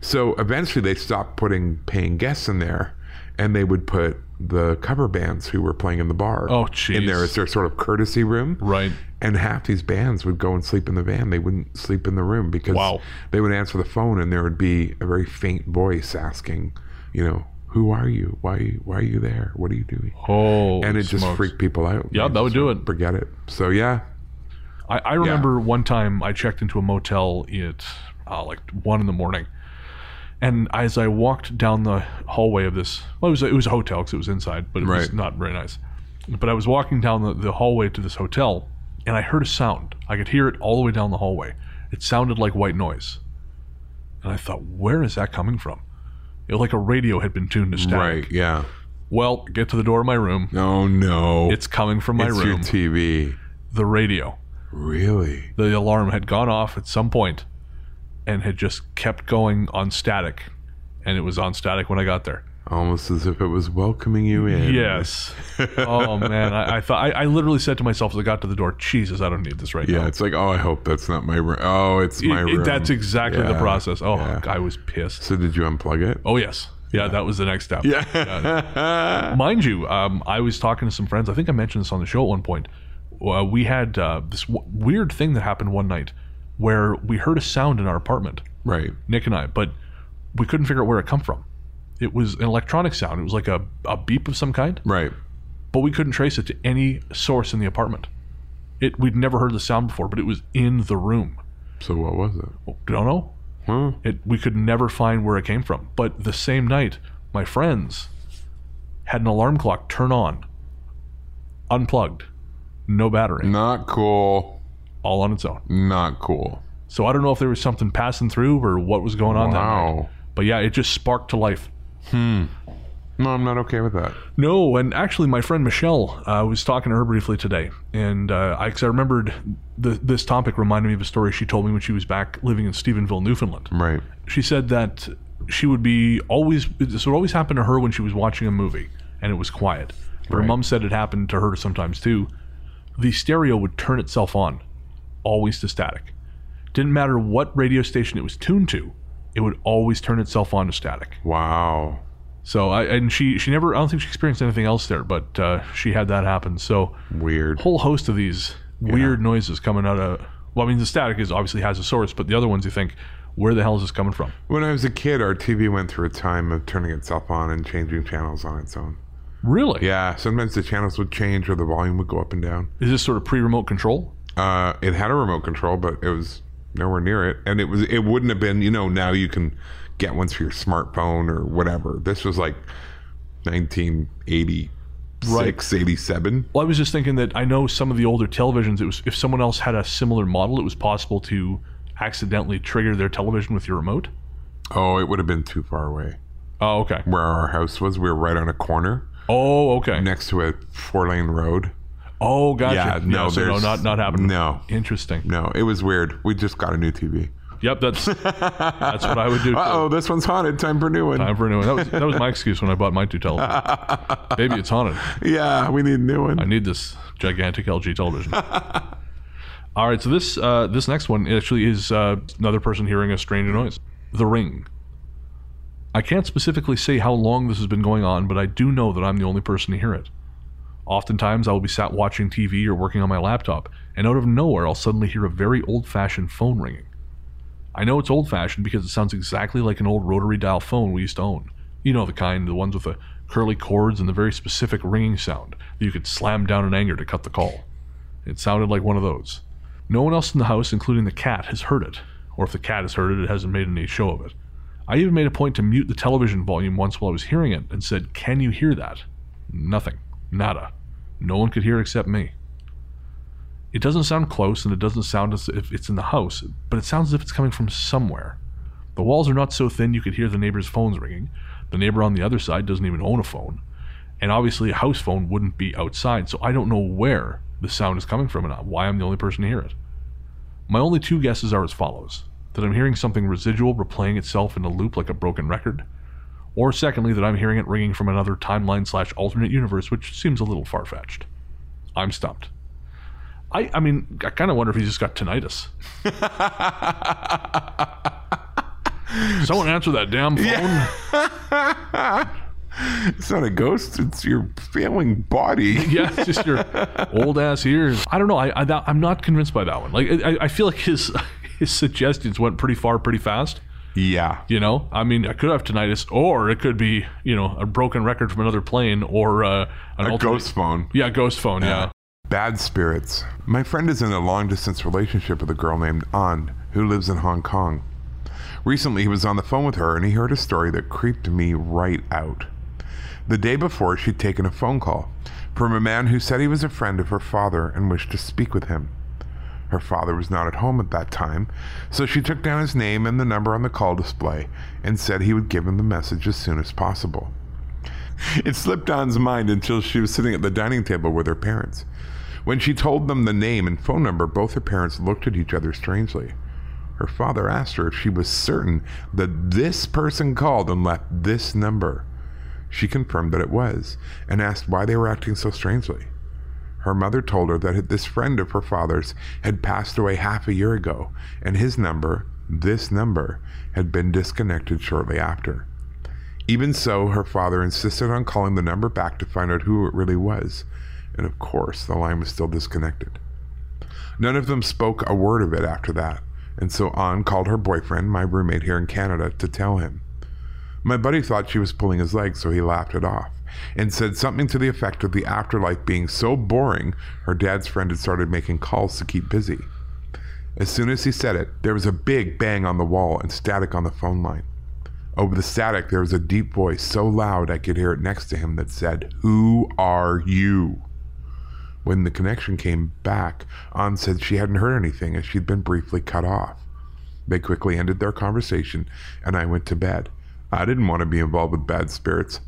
Speaker 2: So eventually, they stopped putting paying guests in there, and they would put the cover bands who were playing in the bar
Speaker 1: Oh,
Speaker 2: in there
Speaker 1: jeez.
Speaker 2: as their sort of courtesy room.
Speaker 1: Right.
Speaker 2: And half these bands would go and sleep in the van. They wouldn't sleep in the room because
Speaker 1: Wow.
Speaker 2: they would answer the phone and there would be a very faint voice asking, you know, who are you? Why why are you there? What are you doing?
Speaker 1: Oh,
Speaker 2: and it just freaked people out.
Speaker 1: Yeah,
Speaker 2: They
Speaker 1: that would
Speaker 2: just
Speaker 1: do it.
Speaker 2: Forget it. So yeah,
Speaker 1: I, I remember one time I checked into a motel at uh, like one in the morning, and as I walked down the hallway of this, well, it was a, it was a hotel because it was inside, but it was
Speaker 2: Right.
Speaker 1: not very nice. But I was walking down the, the hallway to this hotel, and I heard a sound. I could hear it all the way down the hallway. It sounded like white noise, and I thought, where is that coming from? It was like a radio had been tuned to static.
Speaker 2: right. Yeah.
Speaker 1: Well, get to the door of my room.
Speaker 2: Oh no,
Speaker 1: It's coming from my
Speaker 2: It's your
Speaker 1: room.
Speaker 2: TV.
Speaker 1: the radio.
Speaker 2: Really?
Speaker 1: the alarm had gone off at some point and had just kept going on static and it was on static when i got there
Speaker 2: Almost as if it was welcoming you in.
Speaker 1: yes oh man i, I thought I, I literally said to myself as i got to the door jesus i don't need this right
Speaker 2: Yeah,
Speaker 1: now
Speaker 2: it's like, oh, I hope that's not my room. Oh, it's my
Speaker 1: It- it-
Speaker 2: room.
Speaker 1: that's exactly the
Speaker 2: Yeah,
Speaker 1: process oh
Speaker 2: yeah.
Speaker 1: i was pissed
Speaker 2: So did you unplug it?
Speaker 1: oh yes yeah, that was the next step
Speaker 2: Yeah.
Speaker 1: mind you um, i was talking to some friends i think i mentioned this on the show at one point uh, we had uh, this w- weird thing that happened one night where we heard a sound in our apartment
Speaker 2: right.
Speaker 1: Nick and I, but we couldn't figure out where it come from. It was an electronic sound. It was like a, a beep of some kind,
Speaker 2: Right.
Speaker 1: but we couldn't trace it to any source in the apartment. It we'd never heard the sound before, but it was in the room.
Speaker 2: So what was it?
Speaker 1: Don't know.
Speaker 2: Huh?
Speaker 1: It we could never find where it came from. But the same night, my friends had an alarm clock turn on, unplugged, no battery,
Speaker 2: Not cool.
Speaker 1: all on its own.
Speaker 2: Not cool.
Speaker 1: So I don't know if there was something passing through or what was going on that night.
Speaker 2: Wow.
Speaker 1: But yeah, it just sparked to life.
Speaker 2: No, I'm not okay with that.
Speaker 1: No, and actually, my friend Michelle, uh, I was talking to her briefly today, and uh, I, 'cause I remembered the, this topic reminded me of a story she told me when she was back living in Stephenville, Newfoundland.
Speaker 2: Right.
Speaker 1: She said that she would be always this would always happen to her when she was watching a movie and it was quiet. Her
Speaker 2: Right.
Speaker 1: mom said it happened to her sometimes too. The stereo would turn itself on, always to static. Didn't matter what radio station it was tuned to, it would always turn itself on to static.
Speaker 2: Wow.
Speaker 1: So I and she she never I don't think she experienced anything else there, but uh, she had that happen. So
Speaker 2: Weird.
Speaker 1: whole host of these weird noises coming out of well, I mean the static is obviously has a source, but the other ones you think, where the hell is this coming from?
Speaker 2: When I was a kid, our TV went through a time of turning itself on and changing channels on its own.
Speaker 1: Really?
Speaker 2: Yeah, sometimes the channels would change or the volume would go up and down.
Speaker 1: Is this sort of pre remote control?
Speaker 2: Uh, it had a remote control, but it was nowhere near it, and it was it wouldn't have been. You know, now you can get ones for your smartphone or whatever. This was like 1986, 87.
Speaker 1: Well, I was just thinking that I know some of the older televisions. It was if someone else had a similar model, it was possible to accidentally trigger their television with your remote.
Speaker 2: Oh, it would have been too far away.
Speaker 1: Oh, okay.
Speaker 2: Where our house was, we were right on a corner
Speaker 1: Oh, okay.
Speaker 2: next to a four lane road.
Speaker 1: Oh, gotcha.
Speaker 2: Yeah, no,
Speaker 1: so no,
Speaker 2: there's-
Speaker 1: not not happening.
Speaker 2: No,
Speaker 1: Interesting.
Speaker 2: no, it was weird. We just got a new TV.
Speaker 1: Yep, that's that's what I would do. too.
Speaker 2: Uh oh, this one's haunted. Time for a new one.
Speaker 1: I'm renewing. Uh, That was, that was my excuse when I bought my two televisions. Baby, it's haunted.
Speaker 2: yeah, we need a new one.
Speaker 1: I need this gigantic LG television. All right, so this uh, this next one actually is uh, another person hearing a strange noise. The ring. I can't specifically say how long this has been going on, but I do know that I'm the only person to hear it. Oftentimes, I will be sat watching TV or working on my laptop, and out of nowhere, I'll suddenly hear a very old fashioned phone ringing. I know it's old fashioned because it sounds exactly like an old rotary dial phone we used to own. You know the kind, the ones with the curly cords and the very specific ringing sound that you could slam down in anger to cut the call. It sounded like one of those. No one else in the house, including the cat, has heard it, or if the cat has heard it, it hasn't made any show of it. I even made a point to mute the television volume once while I was hearing it and said, Can you hear that? Nothing. Nada. No one could hear except me. It doesn't sound close and it doesn't sound as if it's in the house, but it sounds as if it's coming from somewhere. The walls are not so thin you could hear the neighbor's phones ringing. The neighbor on the other side doesn't even own a phone. And obviously, a house phone wouldn't be outside, so I don't know where the sound is coming from and why I'm the only person to hear it. My only two guesses are as follows that I'm hearing something residual replaying itself in a loop like a broken record, or secondly, that I'm hearing it ringing from another timeline slash alternate universe, which seems a little far fetched. I'm stumped. I, I mean, I kind of wonder if he's just got tinnitus. Someone answer that damn phone.
Speaker 2: It's not a ghost. It's your failing body.
Speaker 1: yeah, it's just your old ass ears. I don't know. I, I that, I'm not convinced by that one. Like I, I feel like his his suggestions went pretty far, pretty fast.
Speaker 2: Yeah.
Speaker 1: You know, I mean, I could have tinnitus, or it could be you know a broken record from another plane, or uh, an
Speaker 2: A
Speaker 1: alternate-
Speaker 2: ghost phone.
Speaker 1: Yeah, ghost phone. Yeah.
Speaker 2: Bad spirits. My friend is in a long distance relationship with a girl named An, who lives in Hong Kong. Recently, he was on the phone with her and he heard a story that creeped me right out. The day before, she'd taken a phone call from a man who said he was a friend of her father and wished to speak with him. Her father was not at home at that time, so she took down his name and the number on the call display and said he would give him the message as soon as possible. It slipped An's mind until she was sitting at the dining table with her parents. When she told them the name and phone number, both her parents looked at each other strangely. Her father asked her if she was certain that this person called and left this number. She confirmed that it was and asked why they were acting so strangely. Her mother told her that this friend of her father's had passed away half a year ago, and his number, this number, had been disconnected shortly after. Even so, her father insisted on calling the number back to find out who it really was, and of course, the line was still disconnected. None of them spoke a word of it after that, and so An called her boyfriend, my roommate here in Canada, to tell him. My buddy thought she was pulling his leg, so he laughed it off and said something to the effect of the afterlife being so boring, her dad's friend had started making calls to keep busy. As soon as he said it, there was a big bang on the wall and static on the phone line. Over the static, there was a deep voice so loud I could hear it next to him that said, Who are you? When the connection came back, An said she hadn't heard anything and she'd been briefly cut off. They quickly ended their conversation and I went to bed. I didn't want to be involved with bad spirits.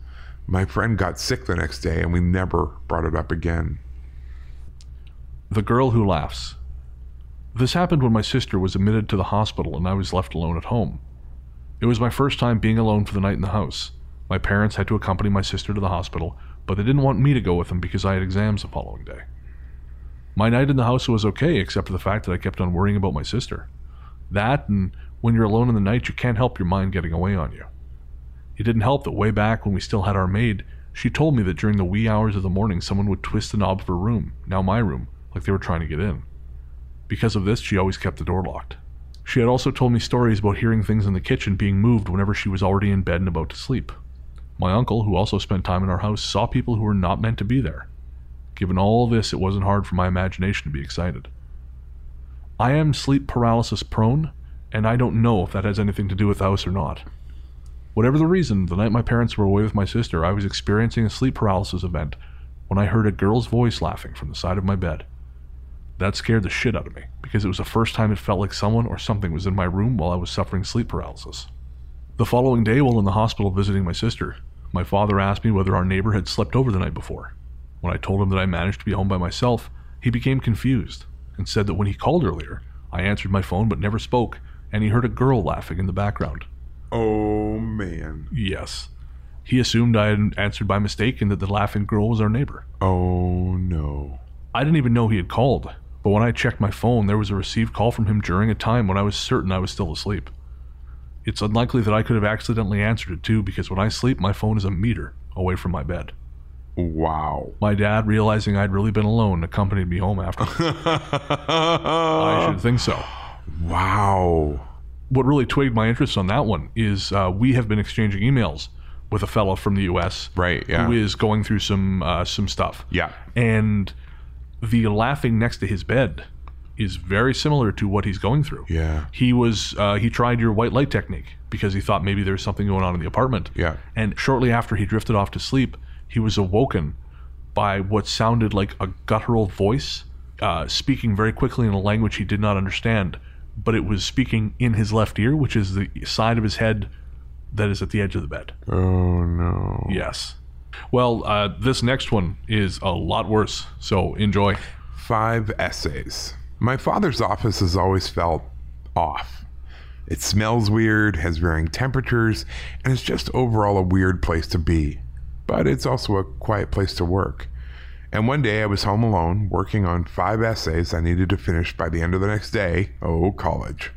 Speaker 2: My friend got sick the next day and we never brought it up again.
Speaker 1: The girl who laughs. This happened when my sister was admitted to the hospital and I was left alone at home. It was my first time being alone for the night in the house. My parents had to accompany my sister to the hospital, but they didn't want me to go with them because I had exams the following day. My night in the house was okay, except for the fact that I kept on worrying about my sister. That, and when you're alone in the night, you can't help your mind getting away on you. It didn't help that way back when we still had our maid, she told me that during the wee hours of the morning, someone would twist the knob of her room, now my room, like they were trying to get in. Because of this, she always kept the door locked. She had also told me stories about hearing things in the kitchen being moved whenever she was already in bed and about to sleep. My uncle, who also spent time in our house, saw people who were not meant to be there. Given all this, it wasn't hard for my imagination to be excited. I am sleep paralysis prone, and I don't know if that has anything to do with the house or not. Whatever the reason, the night my parents were away with my sister, I was experiencing a sleep paralysis event when I heard a girl's voice laughing from the side of my bed. That scared the shit out of me because it was the first time it felt like someone or something was in my room while I was suffering sleep paralysis. The following day, while in the hospital visiting my sister, my father asked me whether our neighbor had slept over the night before. When I told him that I managed to be home by myself, he became confused and said that when he called earlier, I answered my phone but never spoke, and he heard a girl laughing in the background.
Speaker 2: Oh man.
Speaker 1: Yes. He assumed I had answered by mistake and that the laughing girl was our neighbor.
Speaker 2: Oh no.
Speaker 1: I didn't even know he had called, but when I checked my phone, there was a received call from him during a time when I was certain I was still asleep. It's unlikely that I could have accidentally answered it too, because when I sleep, my phone is a meter away from my bed.
Speaker 2: Wow.
Speaker 1: My dad, realizing I'd really been alone, accompanied me home after. I should think so.
Speaker 2: wow.
Speaker 1: What really twigged my interest on that one is uh, we have been exchanging emails with a fellow from the U.S.
Speaker 2: Right, yeah.
Speaker 1: who is going through some uh, some stuff.
Speaker 2: Yeah.
Speaker 1: and the laughing next to his bed is very similar to what he's going through.
Speaker 2: Yeah.
Speaker 1: He was uh, he tried your white light technique because he thought maybe there was something going on in the apartment.
Speaker 2: Yeah.
Speaker 1: And shortly after he drifted off to sleep, he was awoken by what sounded like a guttural voice uh, speaking very quickly in a language he did not understand, but it was speaking in his left ear, which is the side of his head that is at the edge of the bed.
Speaker 2: Oh no.
Speaker 1: Yes. Well, uh, this next one is a lot worse, so enjoy.
Speaker 2: Five essays. My father's office has always felt off. It smells weird, has varying temperatures, and it's just overall a weird place to be. But it's also a quiet place to work. And one day I was home alone, working on five essays I needed to finish by the end of the next day. Oh, college.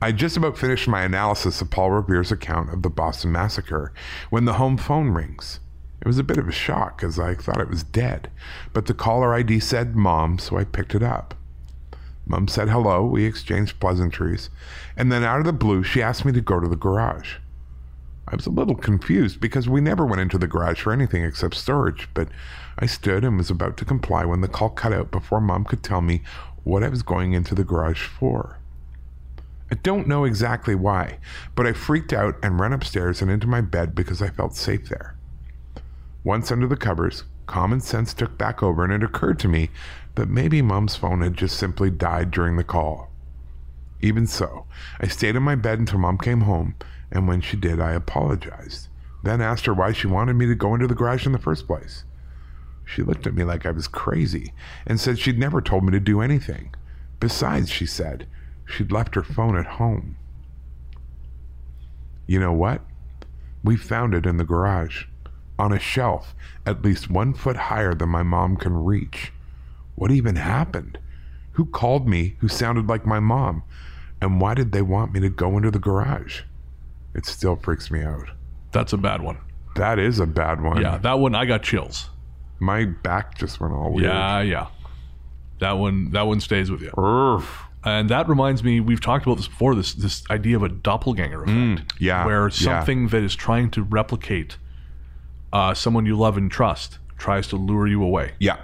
Speaker 2: I just about finished my analysis of Paul Revere's account of the Boston Massacre when the home phone rings. It was a bit of a shock as I thought it was dead, but the caller ID said mom, so I picked it up. Mom said hello, we exchanged pleasantries, and then out of the blue, she asked me to go to the garage. I was a little confused because we never went into the garage for anything except storage, but I stood and was about to comply when the call cut out before mom could tell me what I was going into the garage for. I don't know exactly why, but I freaked out and ran upstairs and into my bed because I felt safe there. Once under the covers, common sense took back over and it occurred to me that maybe Mom's phone had just simply died during the call. Even so, I stayed in my bed until Mom came home, and when she did, I apologized, then asked her why she wanted me to go into the garage in the first place. She looked at me like I was crazy and said she'd never told me to do anything. Besides, she said, she'd left her phone at home. You know what? We found it in the garage, on a shelf at least one foot higher than my mom can reach. What even happened? Who called me who sounded like my mom? And why did they want me to go into the garage? It still freaks me out.
Speaker 1: That's a bad one.
Speaker 2: That is a bad one.
Speaker 1: Yeah, that one I got chills.
Speaker 2: My back just went all weird.
Speaker 1: Yeah, yeah. That one that one stays with you.
Speaker 2: Urgh.
Speaker 1: And that reminds me, we've talked about this before, this this idea of a doppelganger effect.
Speaker 2: Yeah.
Speaker 1: Hmm. where
Speaker 2: Mm. Ah, yeah.
Speaker 1: something that is trying to replicate uh, someone you love and trust tries to lure you away.
Speaker 2: Yeah.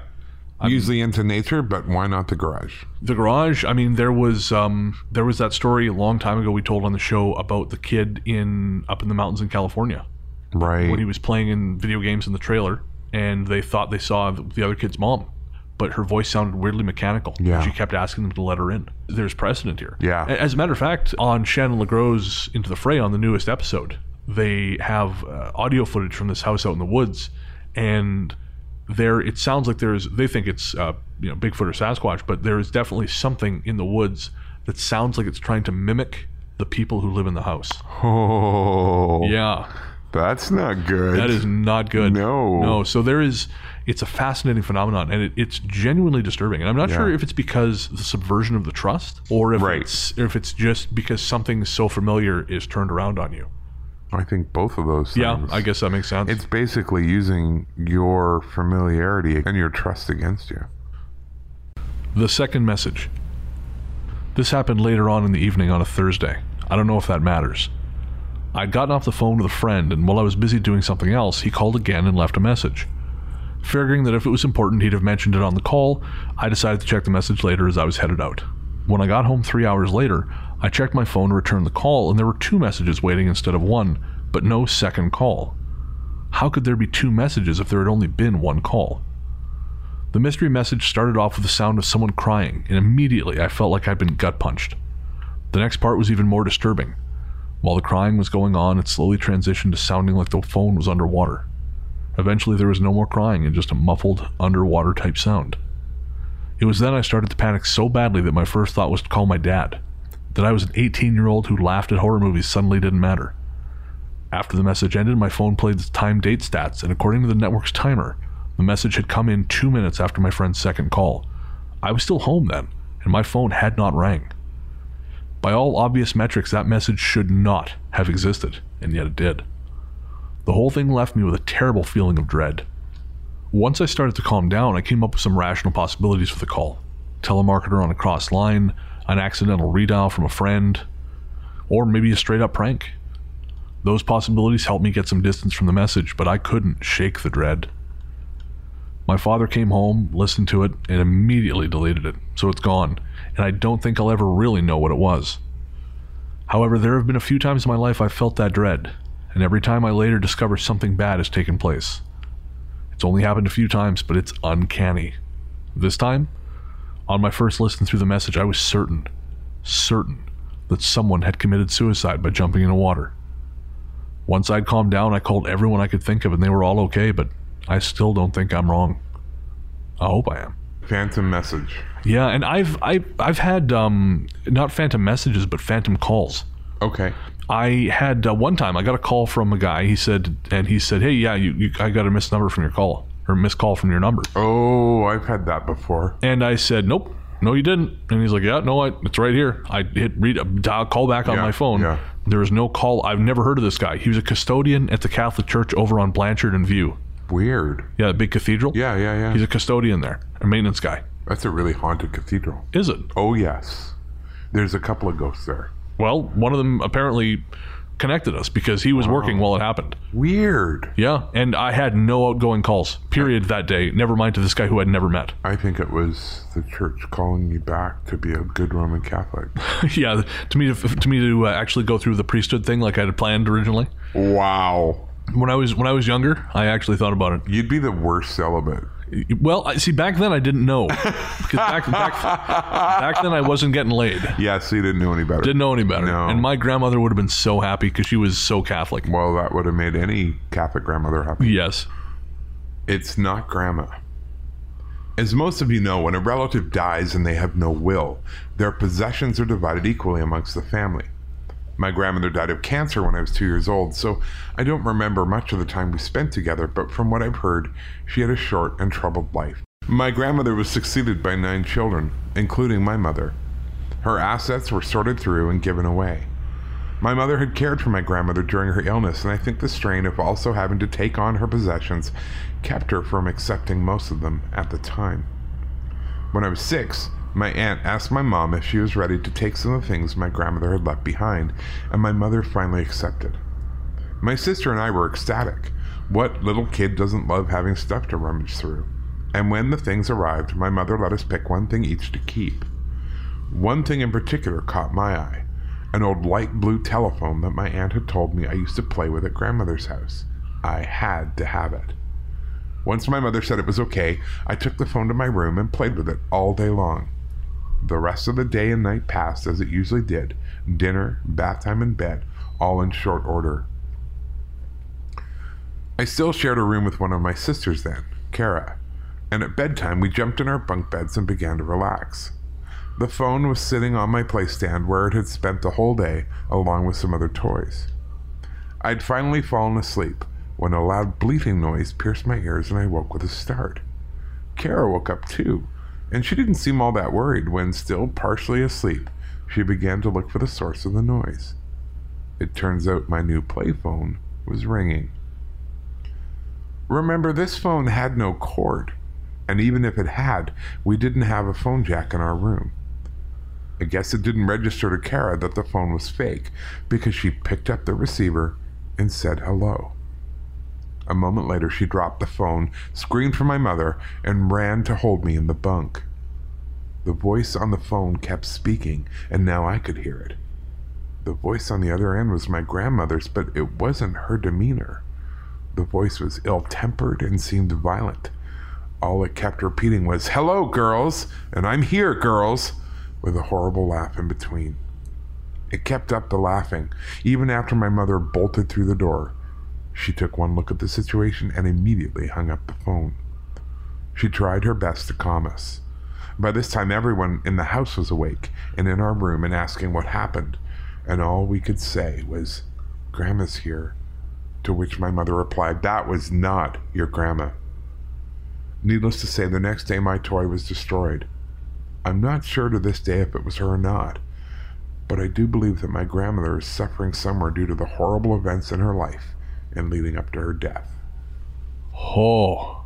Speaker 2: Usually into nature, but why not the garage?
Speaker 1: The garage. I mean, there was um, there was that story a long time ago we told on the show about the kid in up in the mountains in California
Speaker 2: Right.
Speaker 1: when he was playing in video games in the trailer, and they thought they saw the other kid's mom, but her voice sounded weirdly mechanical.
Speaker 2: Yeah.
Speaker 1: She kept asking them to let her in. There's precedent here.
Speaker 2: Yeah.
Speaker 1: A- As a matter of fact, on Shannon LaGrosse Into the Fray on the newest episode, they have uh, audio footage from this house out in the woods, and there it sounds like there's they think it's uh, you know Bigfoot or Sasquatch, but there is definitely something in the woods that sounds like it's trying to mimic the people who live in the house.
Speaker 2: oh,
Speaker 1: Yeah.
Speaker 2: that's not good.
Speaker 1: That is not good.
Speaker 2: No.
Speaker 1: No. So there is, it's a fascinating phenomenon and it, it's genuinely disturbing. And I'm not sure if it's because the subversion of the trust or if,
Speaker 2: Right.
Speaker 1: it's, or if it's just because something so familiar is turned around on you.
Speaker 2: I think both of those.
Speaker 1: Yeah,
Speaker 2: things.
Speaker 1: I guess that makes sense.
Speaker 2: It's basically using your familiarity and your trust against you.
Speaker 1: the second message. This happened later on in the evening on a Thursday. I don't know if that matters. I'd gotten off the phone with a friend, and while I was busy doing something else, he called again and left a message. Figuring that if it was important, he'd have mentioned it on the call, I decided to check the message later as I was headed out. When I got home three hours later, I checked my phone to return the call, and there were two messages waiting instead of one, but no second call. How could there be two messages if there had only been one call? The mystery message started off with the sound of someone crying, and immediately I felt like I'd been gut punched. The next part was even more disturbing. While the crying was going on, it slowly transitioned to sounding like the phone was underwater. Eventually, there was no more crying and just a muffled, underwater type sound. It was then I started to panic so badly that my first thought was to call my dad. That I was an 18 year old who laughed at horror movies suddenly didn't matter. After the message ended, my phone played the time date stats, and according to the network's timer, the message had come in two minutes after my friend's second call. I was still home then, and my phone had not rang. By all obvious metrics, that message should not have existed, and yet it did. The whole thing left me with a terrible feeling of dread. Once I started to calm down, I came up with some rational possibilities for the call telemarketer on a cross line, an accidental redial from a friend, or maybe a straight up prank. Those possibilities helped me get some distance from the message, but I couldn't shake the dread. My father came home, listened to it, and immediately deleted it, so it's gone, and I don't think I'll ever really know what it was. However, there have been a few times in my life I've felt that dread, and every time I later discover something bad has taken place. It's only happened a few times, but it's uncanny. This time, on my first listen through the message, I was certain, certain, that someone had committed suicide by jumping into water. Once I'd calmed down, I called everyone I could think of, and they were all okay, but I still don't think I'm wrong. I hope I am.
Speaker 2: Phantom message.
Speaker 1: Yeah, and I've I, I've had um, not phantom messages, but phantom calls.
Speaker 2: Okay.
Speaker 1: I had uh, one time I got a call from a guy. He said, and he said, "Hey, yeah, you, you I got a missed number from your call or missed call from your number."
Speaker 2: Oh, I've had that before.
Speaker 1: And I said, "Nope, no, you didn't." And he's like, "Yeah, no, I, it's right here. I hit read uh, dial call back on
Speaker 2: Yeah,
Speaker 1: my phone.
Speaker 2: yeah.
Speaker 1: There was no call. I've never heard of this guy. He was a custodian at the Catholic Church over on Blanchard and View.
Speaker 2: Weird.
Speaker 1: Yeah, the big cathedral.
Speaker 2: Yeah, yeah, yeah.
Speaker 1: he's a custodian there, a maintenance guy.
Speaker 2: That's a really haunted cathedral.
Speaker 1: Is it?
Speaker 2: Oh yes. There's a couple of ghosts there.
Speaker 1: Well, one of them apparently connected us because he was working while it happened.
Speaker 2: Weird.
Speaker 1: Yeah, and I had no outgoing calls. Period. That day, never mind to this guy who I'd never met.
Speaker 2: I think it was the church calling you back to be a good Roman Catholic.
Speaker 1: yeah, to me, to, to me to uh, actually go through the priesthood thing like I had planned originally.
Speaker 2: wow.
Speaker 1: When I was when I was younger, I actually thought about
Speaker 2: You'd be the worst celibate.
Speaker 1: it. Well, I, see, back then I didn't know because back, back back then I wasn't getting laid.
Speaker 2: Yeah, so you didn't know any better.
Speaker 1: Didn't know any better.
Speaker 2: No.
Speaker 1: And my grandmother would have been so happy because she was so Catholic.
Speaker 2: Well, that would have made any Catholic grandmother happy.
Speaker 1: Yes.
Speaker 2: It's not grandma. As most of you know, when a relative dies and they have no will, their possessions are divided equally amongst the family. My grandmother died of cancer when I was two years old, so I don't remember much of the time we spent together, but from what I've heard, she had a short and troubled life. My grandmother was succeeded by nine children, including my mother. Her assets were sorted through and given away. My mother had cared for my grandmother during her illness, and I think the strain of also having to take on her possessions kept her from accepting most of them at the time. When I was six, my aunt asked my mom if she was ready to take some of the things my grandmother had left behind, and my mother finally accepted. My sister and I were ecstatic. What little kid doesn't love having stuff to rummage through? And when the things arrived, my mother let us pick one thing each to keep. One thing in particular caught my eye an old light blue telephone that my aunt had told me I used to play with at grandmother's house. I had to have it. Once my mother said it was okay, I took the phone to my room and played with it all day long. The rest of the day and night passed as it usually did dinner, bath time, and bed, all in short order. I still shared a room with one of my sisters then, Kara, and at bedtime we jumped in our bunk beds and began to relax. The phone was sitting on my play stand where it had spent the whole day, along with some other toys. I'd finally fallen asleep when a loud bleating noise pierced my ears and I woke with a start. Kara woke up too, and she didn't seem all that worried when, still partially asleep, she began to look for the source of the noise. It turns out my new play phone was ringing. Remember, this phone had no cord, and even if it had, we didn't have a phone jack in our room. I guess it didn't register to Kara that the phone was fake because she picked up the receiver and said hello. A moment later, she dropped the phone, screamed for my mother, and ran to hold me in the bunk. The voice on the phone kept speaking, and now I could hear it. The voice on the other end was my grandmother's, but it wasn't her demeanor. The voice was ill tempered and seemed violent. All it kept repeating was, Hello, girls, and I'm here, girls, with a horrible laugh in between. It kept up the laughing, even after my mother bolted through the door. She took one look at the situation and immediately hung up the phone. She tried her best to calm us. By this time, everyone in the house was awake and in our room and asking what happened, and all we could say was, Grandma's here. To which my mother replied, That was not your grandma. Needless to say, the next day my toy was destroyed. I'm not sure to this day if it was her or not, but I do believe that my grandmother is suffering somewhere due to the horrible events in her life and leading up to her death.
Speaker 1: Oh,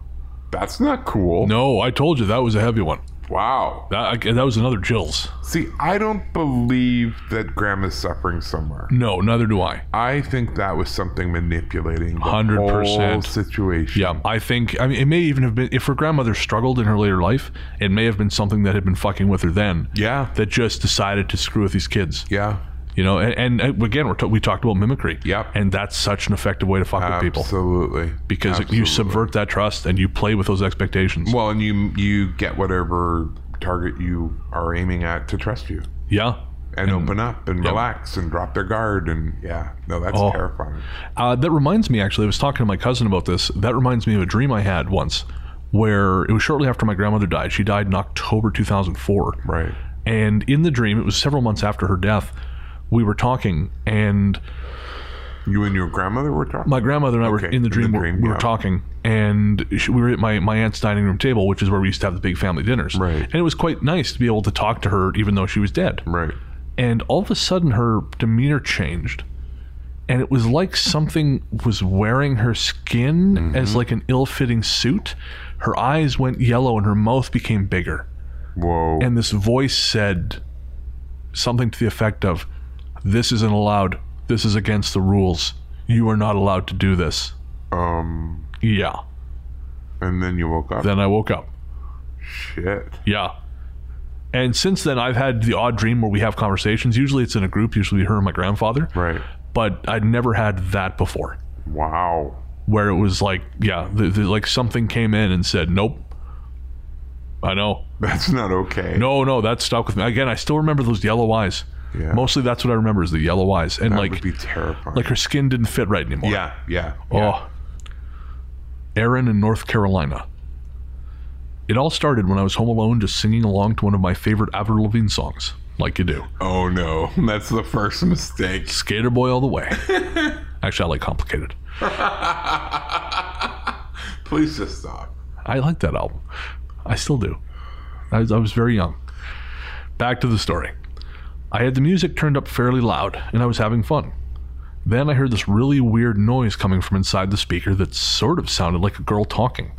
Speaker 2: That's not cool.
Speaker 1: no, I told you that was a heavy one.
Speaker 2: Wow.
Speaker 1: That, I- that was another Jill's.
Speaker 2: See, I don't believe that grandma's suffering somewhere.
Speaker 1: No, neither do I.
Speaker 2: I think that was something manipulating the
Speaker 1: 100%.
Speaker 2: whole situation.
Speaker 1: Yeah, I think I mean it may even have been if her grandmother struggled in her later life, it may have been something that had been fucking with her then.
Speaker 2: Yeah.
Speaker 1: that just decided to screw with these kids.
Speaker 2: Yeah.
Speaker 1: You know, and, and again, we're t- we talked about mimicry.
Speaker 2: Yep.
Speaker 1: and that's such an effective way to fuck with people
Speaker 2: Absolutely.
Speaker 1: because you subvert that trust and you play with those expectations.
Speaker 2: Well, and you you get whatever target you are aiming at to trust you.
Speaker 1: yeah.
Speaker 2: And, open up and relax and drop their guard and yeah. No, that's
Speaker 1: Oh.
Speaker 2: terrifying.
Speaker 1: Uh, that reminds me, actually, I was talking to my cousin about this. That reminds me of a dream I had once where it was shortly after my grandmother died. She died in October 2004.
Speaker 2: Right.
Speaker 1: And in the dream, it was several months after her death, we were talking, and
Speaker 2: You and your grandmother were talking?
Speaker 1: my grandmother and I were
Speaker 2: Okay,
Speaker 1: in the
Speaker 2: in
Speaker 1: dream,
Speaker 2: the
Speaker 1: we-
Speaker 2: dream,
Speaker 1: we were
Speaker 2: yeah.
Speaker 1: talking, and she, we were at my, my aunt's dining room table, which is where we used to have the big family dinners.
Speaker 2: Right.
Speaker 1: And it was quite nice to be able to talk to her, even though she was dead.
Speaker 2: right.
Speaker 1: And all of a sudden, her demeanor changed. And it was like something was wearing her skin
Speaker 2: Mm-hmm.
Speaker 1: as like an ill-fitting suit. Her eyes went yellow and her mouth became bigger
Speaker 2: Whoa.
Speaker 1: and this voice said something to the effect of this isn't allowed this is against the rules you are not allowed to do this
Speaker 2: um
Speaker 1: yeah
Speaker 2: and then you woke up.
Speaker 1: then i woke up
Speaker 2: Shit.
Speaker 1: yeah and since then i've had the odd dream where we have conversations usually it's in a group usually her and my grandfather
Speaker 2: Right.
Speaker 1: but i'd never had that before
Speaker 2: Wow.
Speaker 1: where it was like yeah the, the, like something came in and said nope i know
Speaker 2: That's not okay.
Speaker 1: no no that stuck with me again i still remember those yellow eyes
Speaker 2: Yeah.
Speaker 1: mostly that's what i remember is the yellow eyes and
Speaker 2: that
Speaker 1: like
Speaker 2: would be terrifying.
Speaker 1: like her skin didn't fit right anymore.
Speaker 2: yeah, yeah. yeah.
Speaker 1: Oh. Erin in North Carolina. It all started when I was home alone just singing along to one of my favorite Avril Lavigne songs, like you do.
Speaker 2: Oh no. That's the first mistake.
Speaker 1: Skater boy all the way. Actually, I like complicated.
Speaker 2: Please just stop.
Speaker 1: I like that album. I still do. I was, I was very young. Back to the story. I had the music turned up fairly loud and I was having fun. Then I heard this really weird noise coming from inside the speaker that sort of sounded like a girl talking,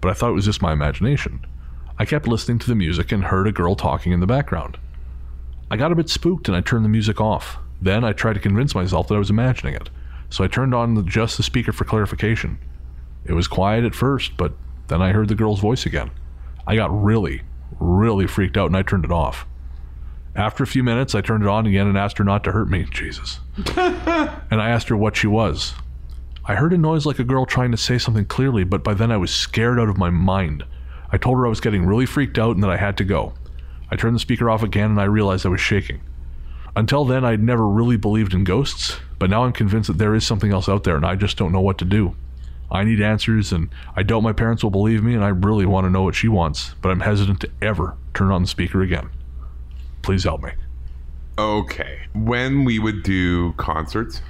Speaker 1: but I thought it was just my imagination. I kept listening to the music and heard a girl talking in the background. I got a bit spooked and I turned the music off. Then I tried to convince myself that I was imagining it, so I turned on the, just the speaker for clarification. It was quiet at first, but then I heard the girl's voice again. I got really, really freaked out and I turned it off. After a few minutes, I turned it on again and asked her not to hurt me. Jesus. and I asked her what she was. I heard a noise like a girl trying to say something clearly, but by then I was scared out of my mind. I told her I was getting really freaked out and that I had to go. I turned the speaker off again and I realized I was shaking. Until then, I'd never really believed in ghosts, but now I'm convinced that there is something else out there and I just don't know what to do. I need answers, and I doubt my parents will believe me, and I really want to know what she wants, but I'm hesitant to ever turn on the speaker again. Please help me.
Speaker 2: Okay. When we would do concerts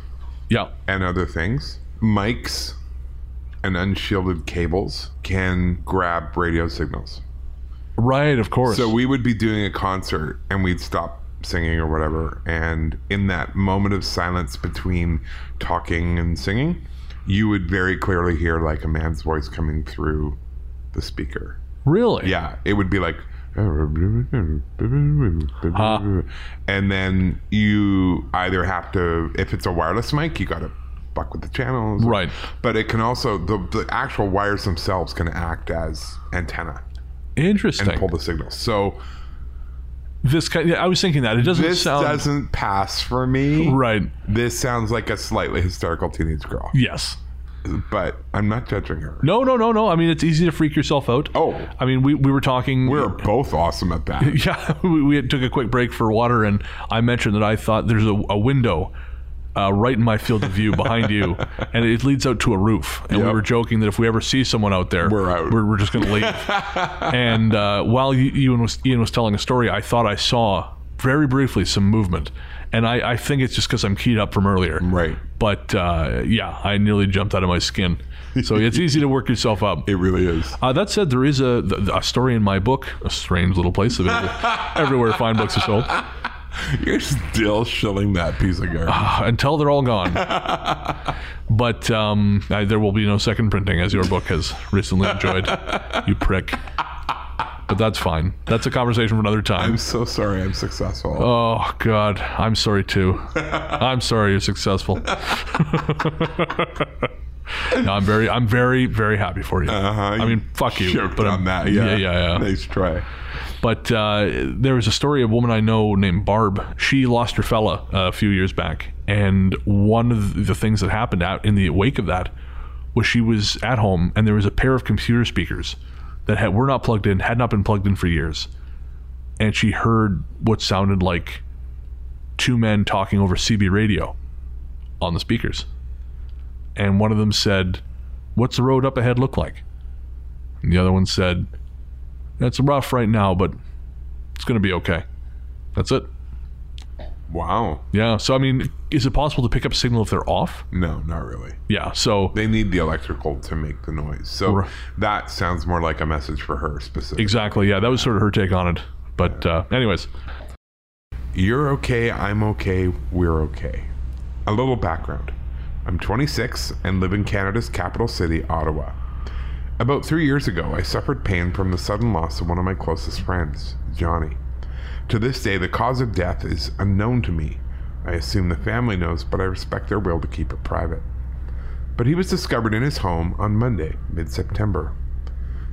Speaker 1: Yeah.
Speaker 2: and other things, mics and unshielded cables can grab radio signals.
Speaker 1: Right, of course.
Speaker 2: So we would be doing a concert and we'd stop singing or whatever. And in that moment of silence between talking and singing, you would very clearly hear like a man's voice coming through the speaker.
Speaker 1: really?
Speaker 2: Yeah, it would be like, and then you either have to, if it's a wireless mic, you got to fuck with the channels,
Speaker 1: Right.
Speaker 2: But it can also the the actual wires themselves can act as antenna
Speaker 1: Interesting.
Speaker 2: pull the signals. So
Speaker 1: This kind. Yeah, I was thinking that it doesn't
Speaker 2: This
Speaker 1: sound
Speaker 2: doesn't pass for me.
Speaker 1: right.
Speaker 2: This sounds like a slightly hysterical teenage girl,
Speaker 1: Yes.
Speaker 2: but I'm not judging her.
Speaker 1: No, no, no, no. I mean, it's easy to freak yourself out.
Speaker 2: Oh.
Speaker 1: I mean, we, we were talking.
Speaker 2: We're both awesome at that.
Speaker 1: yeah, we, we had took a quick break for water, and I mentioned that I thought there's a, a window uh, right in my field of view behind you, and it leads out to a roof. And we
Speaker 2: Yep.
Speaker 1: were joking that if we ever see someone out there,
Speaker 2: We're out.
Speaker 1: We're, we're just going to leave. and uh, while you- Ian was, Ian was telling a story, I thought I saw very briefly some movement, and I, I think it's just because I'm keyed up from earlier,
Speaker 2: Right.
Speaker 1: But uh, yeah, I nearly jumped out of my skin. So it's easy to work yourself up.
Speaker 2: It really is.
Speaker 1: Uh, that said, there is a, th- a story in my book, a strange little place available everywhere fine books are sold, uh,
Speaker 2: You're still shilling that piece of garbage.
Speaker 1: until they're all gone. But um, I, there will be no second printing, as your book has recently enjoyed, you prick. But that's fine. That's a conversation for another time.
Speaker 2: I'm so sorry I'm successful.
Speaker 1: Oh, God. I'm sorry, too. I'm sorry you're successful. No, I'm very, I'm very, very happy for you.
Speaker 2: Uh-huh,
Speaker 1: I mean, fuck you.
Speaker 2: Choked
Speaker 1: but I'm-
Speaker 2: on that. Yeah.
Speaker 1: yeah, yeah. yeah.
Speaker 2: Nice try.
Speaker 1: But uh, there was a story of a woman I know named Barb. She lost her fella uh, a few years back, and one of the things that happened out in the wake of that was she was at home, and there was a pair of computer speakers that had, were not plugged in, had not been plugged in for years, and she heard what sounded like two men talking over CB radio on the speakers, and one of them said, "What's the road up ahead look like?" And the other one said. It's rough right now, but it's going to be okay. That's it.
Speaker 2: Wow.
Speaker 1: Yeah. So, I mean, is it possible to pick up a signal if they're off?
Speaker 2: No, not really.
Speaker 1: Yeah. So,
Speaker 2: They need the electrical to make the noise. So
Speaker 1: Right.
Speaker 2: that sounds more like a message for her specifically.
Speaker 1: exactly. Yeah. That was sort of her take on it. But, uh, anyways,
Speaker 2: You're okay, I'm okay, we're okay. A little background. I'm 26 and live in Canada's capital city, Ottawa. About three years ago, I suffered pain from the sudden loss of one of my closest friends, Johnny. To this day, the cause of death is unknown to me. I assume the family knows, but I respect their will to keep it private. But he was discovered in his home on Monday, mid September.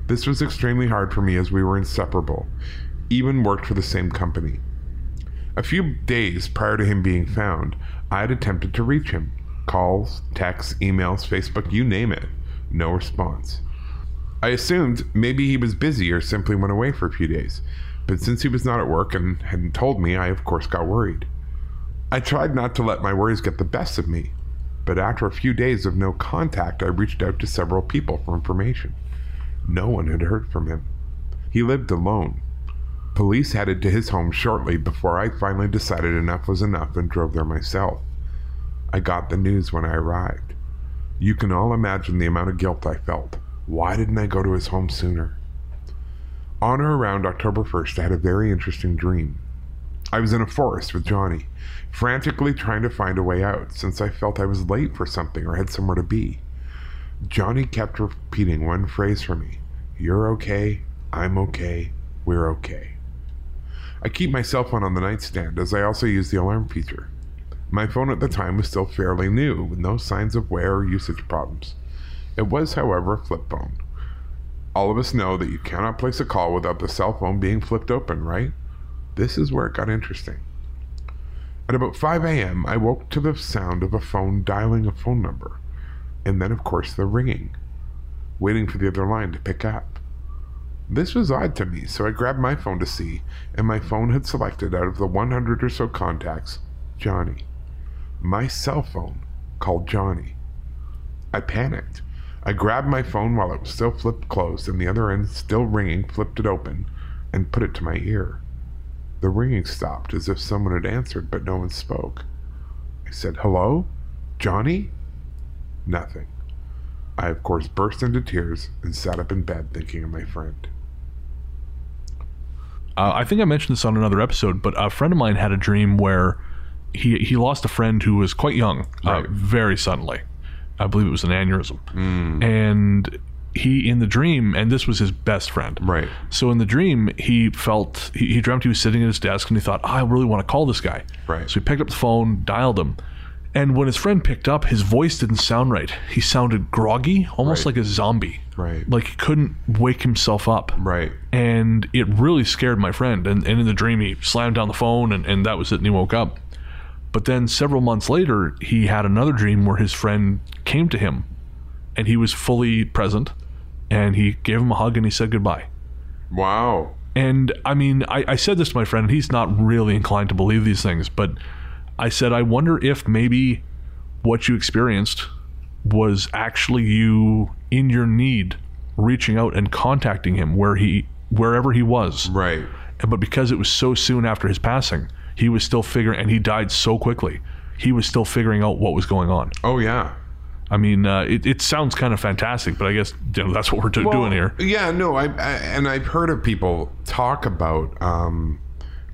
Speaker 2: This was extremely hard for me as we were inseparable, even worked for the same company. A few days prior to him being found, I had attempted to reach him. Calls, texts, emails, Facebook, you name it. No response. I assumed maybe he was busy or simply went away for a few days, but since he was not at work and hadn't told me, I of course got worried. I tried not to let my worries get the best of me, but after a few days of no contact, I reached out to several people for information. No one had heard from him. He lived alone. Police headed to his home shortly before I finally decided enough was enough and drove there myself. I got the news when I arrived. You can all imagine the amount of guilt I felt. Why didn't I go to his home sooner? On or around October 1st, I had a very interesting dream. I was in a forest with Johnny, frantically trying to find a way out since I felt I was late for something or had somewhere to be. Johnny kept repeating one phrase for me You're okay, I'm okay, we're okay. I keep my cell phone on the nightstand as I also use the alarm feature. My phone at the time was still fairly new, with no signs of wear or usage problems. It was, however, a flip phone. All of us know that you cannot place a call without the cell phone being flipped open, right? This is where it got interesting. At about 5 a.m., I woke to the sound of a phone dialing a phone number, and then, of course, the ringing, waiting for the other line to pick up. This was odd to me, so I grabbed my phone to see, and my phone had selected out of the 100 or so contacts Johnny. My cell phone called Johnny. I panicked. I grabbed my phone while it was still flipped closed and the other end still ringing, flipped it open, and put it to my ear. The ringing stopped as if someone had answered, but no one spoke. I said, Hello? Johnny? Nothing. I, of course, burst into tears and sat up in bed thinking of my friend.
Speaker 1: uh, I think I mentioned this on another episode, but a friend of mine had a dream where he, he lost a friend who was quite young, uh,
Speaker 2: Right.
Speaker 1: very suddenly. I believe it was an aneurysm.
Speaker 2: Hmm.
Speaker 1: And he, in the dream, and this was his best friend.
Speaker 2: Right.
Speaker 1: So in the dream, he felt he, he dreamt he was sitting at his desk and he thought, I really want to call this guy.
Speaker 2: Right.
Speaker 1: So he picked up the phone, dialed him, And when his friend picked up, his voice didn't sound right. He sounded groggy, almost
Speaker 2: Right.
Speaker 1: like a zombie.
Speaker 2: Right.
Speaker 1: Like he couldn't wake himself up.
Speaker 2: Right.
Speaker 1: And it really scared my friend. And, and in the dream, he slammed down the phone, and, and that was it. And he woke up. But then several months later, he had another dream where his friend came to him and he was fully present. And he gave him a hug and he said goodbye.
Speaker 2: Wow.
Speaker 1: And I mean, I, I said this to my friend, and he's not really inclined to believe these things, but I said, I wonder if maybe what you experienced was actually you in your need reaching out and contacting him where he wherever he was.
Speaker 2: Right.
Speaker 1: And- But because it was so soon after his passing, he was still figuring and he died so quickly. He was still figuring out what was going on.
Speaker 2: Oh yeah.
Speaker 1: I mean, uh, it, it sounds kind of fantastic, but I guess you know, that's what we're do- doing here.
Speaker 2: Yeah, no, I, I and I've heard of people talk about um,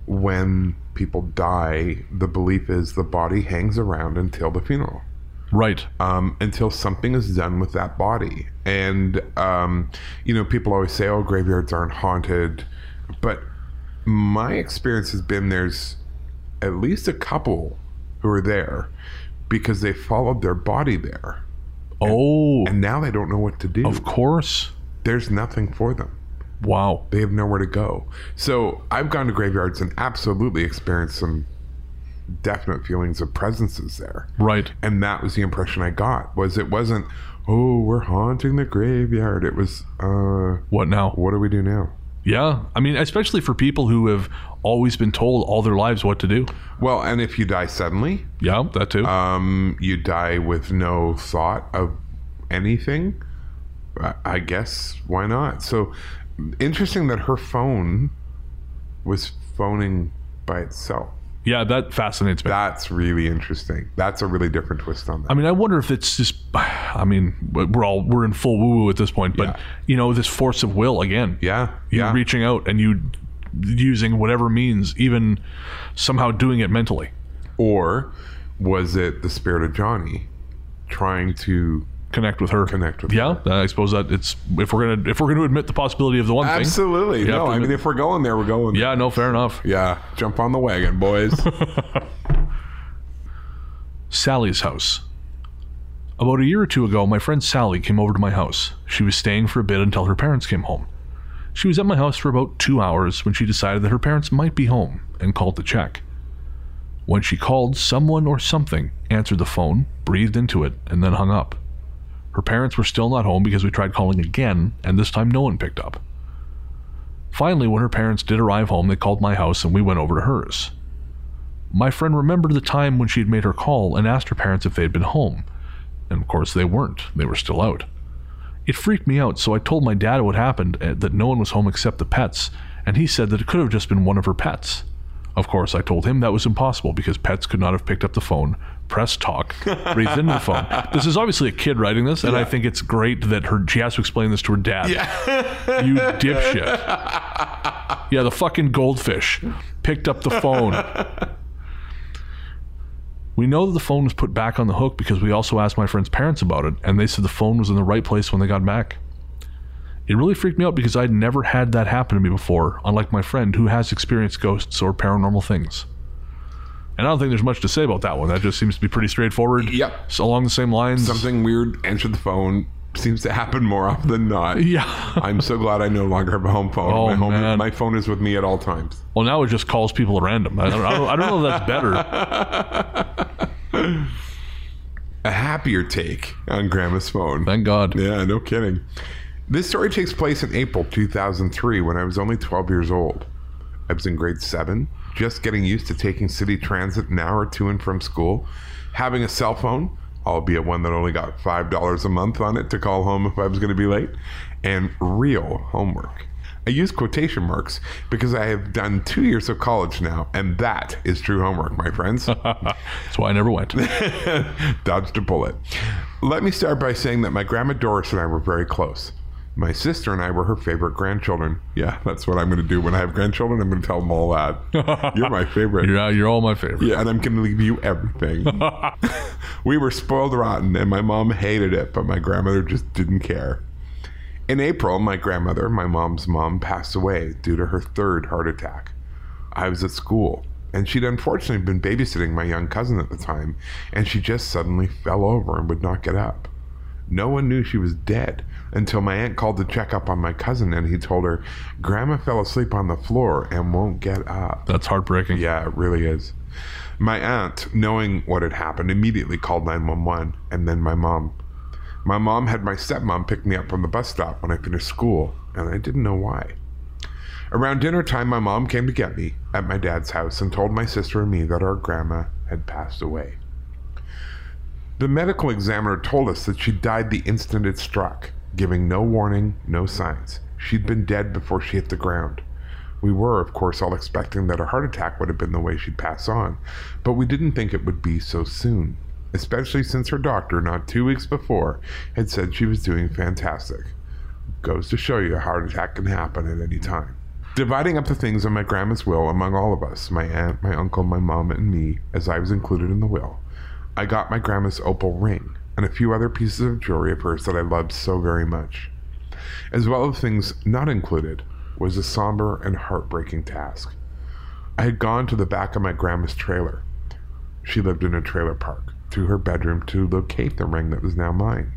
Speaker 2: when people die, the belief is the body hangs around until the funeral,
Speaker 1: Right.
Speaker 2: um, until something is done with that body. And um, you know, people always say, "Oh, graveyards aren't haunted," but my experience has been there's at least a couple who are there because they followed their body there,
Speaker 1: oh,
Speaker 2: and now they don't know what to do.
Speaker 1: of course.
Speaker 2: There's nothing for them.
Speaker 1: Wow.
Speaker 2: they have nowhere to go. So I've gone to graveyards and absolutely experienced some definite feelings of presences there.
Speaker 1: Right.
Speaker 2: And that was the impression I got was it wasn't, oh, we're haunting the graveyard. It was, uh,
Speaker 1: What now?
Speaker 2: what do we do now?
Speaker 1: Yeah. I mean, especially for people who have always been told all their lives what to do.
Speaker 2: Well, and if you die suddenly,
Speaker 1: Yeah, that too.
Speaker 2: um, you die with no thought of anything. I- I guess why not? So interesting that her phone was phoning by itself.
Speaker 1: yeah, that fascinates me.
Speaker 2: That's really interesting. That's a really different twist on that.
Speaker 1: I mean, I wonder if it's just. I mean, we're all we're in full woo woo at this point, but
Speaker 2: Yeah.
Speaker 1: you know, this force of will again.
Speaker 2: yeah,
Speaker 1: you
Speaker 2: yeah,
Speaker 1: reaching out and you using whatever means, even somehow doing it mentally.
Speaker 2: or was it the spirit of Johnny trying to
Speaker 1: Connect with her.
Speaker 2: connect with?
Speaker 1: Yeah,
Speaker 2: her?
Speaker 1: I suppose that it's if we're gonna if we're gonna admit the possibility of the one thing.
Speaker 2: absolutely.
Speaker 1: You have
Speaker 2: No,
Speaker 1: to
Speaker 2: I mean
Speaker 1: admit-
Speaker 2: if we're going there, we're going. there.
Speaker 1: Yeah, no, fair enough.
Speaker 2: yeah. Jump on the wagon, boys.
Speaker 1: Sally's house. About a year or two ago, my friend Sally came over to my house. She was staying for a bit until her parents came home. She was at my house for about two hours when she decided that her parents might be home and called to check. When she called, someone or something answered the phone, breathed into it, and then hung up. Her parents were still not home because we tried calling again, and this time no one picked up. Finally, when her parents did arrive home, they called my house and we went over to hers. My friend remembered the time when she had made her call and asked her parents if they had been home. And of course, they weren't. They were still out. It freaked me out, so I told my dad what happened uh, that no one was home except the pets, and he said that it could have just been one of her pets. Of course, I told him that was impossible because pets could not have picked up the phone, pressed talk, breathed into the phone. This is obviously a kid writing this, and I think it's great that her she has to explain this to her dad. you dipshit. Yeah, the fucking goldfish picked up the phone. We know that the phone was put back on the hook because we also asked my friend's parents about it, and they said the phone was in the right place when they got back. It really freaked me out because I'd never had that happen to me before, unlike my friend who has experienced ghosts or paranormal things. And I don't think there's much to say about that one. That just seems to be pretty straightforward.
Speaker 2: Yep.
Speaker 1: It's along the same lines.
Speaker 2: Something weird answered the phone. Seems to happen more often than not.
Speaker 1: Yeah.
Speaker 2: I'm so glad I no longer have a home phone.
Speaker 1: Oh,
Speaker 2: my, home,
Speaker 1: man.
Speaker 2: my phone is with me at all times.
Speaker 1: Well, now it just calls people at random. I don't, I don't, I don't know if that's better.
Speaker 2: A happier take on Grandma's phone.
Speaker 1: Thank God.
Speaker 2: Yeah, no kidding. This story takes place in April 2003 when I was only 12 years old. I was in grade 7, just getting used to taking city transit an hour to and from school, having a cell phone, albeit one that only got $5 a month on it to call home if I was going to be late, and real homework. I use quotation marks because I have done two years of college now, and that is true homework, my friends.
Speaker 1: That's why I never went.
Speaker 2: Dodged a bullet. Let me start by saying that my grandma Doris and I were very close. My sister and I were her favorite grandchildren. Yeah, that's what I'm going to do when I have grandchildren. I'm going to tell them all that. You're my favorite.
Speaker 1: You're, uh, you're all my favorite.
Speaker 2: Yeah, and I'm going to leave you everything. we were spoiled rotten, and my mom hated it, but my grandmother just didn't care. In April, my grandmother, my mom's mom, passed away due to her third heart attack. I was at school, And she'd unfortunately been babysitting my young cousin at the time, and she just suddenly fell over and would not get up. No one knew she was dead until my aunt called to check up on my cousin, and he told her, Grandma fell asleep on the floor and won't get up.
Speaker 1: That's heartbreaking.
Speaker 2: Yeah, it really is. My aunt, knowing what had happened, immediately called 911 and then my mom. My mom had my stepmom pick me up from the bus stop when I finished school, and I didn't know why. Around dinner time, my mom came to get me at my dad's house and told my sister and me that our grandma had passed away. The medical examiner told us that she died the instant it struck, giving no warning, no signs. She'd been dead before she hit the ground. We were, of course, all expecting that a heart attack would have been the way she'd pass on, but we didn't think it would be so soon, especially since her doctor, not two weeks before, had said she was doing fantastic. Goes to show you a heart attack can happen at any time. Dividing up the things on my grandma's will among all of us my aunt, my uncle, my mom, and me, as I was included in the will, I got my grandma's opal ring and a few other pieces of jewelry of hers that I loved so very much. As well as things not included, was a somber and heartbreaking task. I had gone to the back of my grandma's trailer. She lived in a trailer park, to her bedroom to locate the ring that was now mine.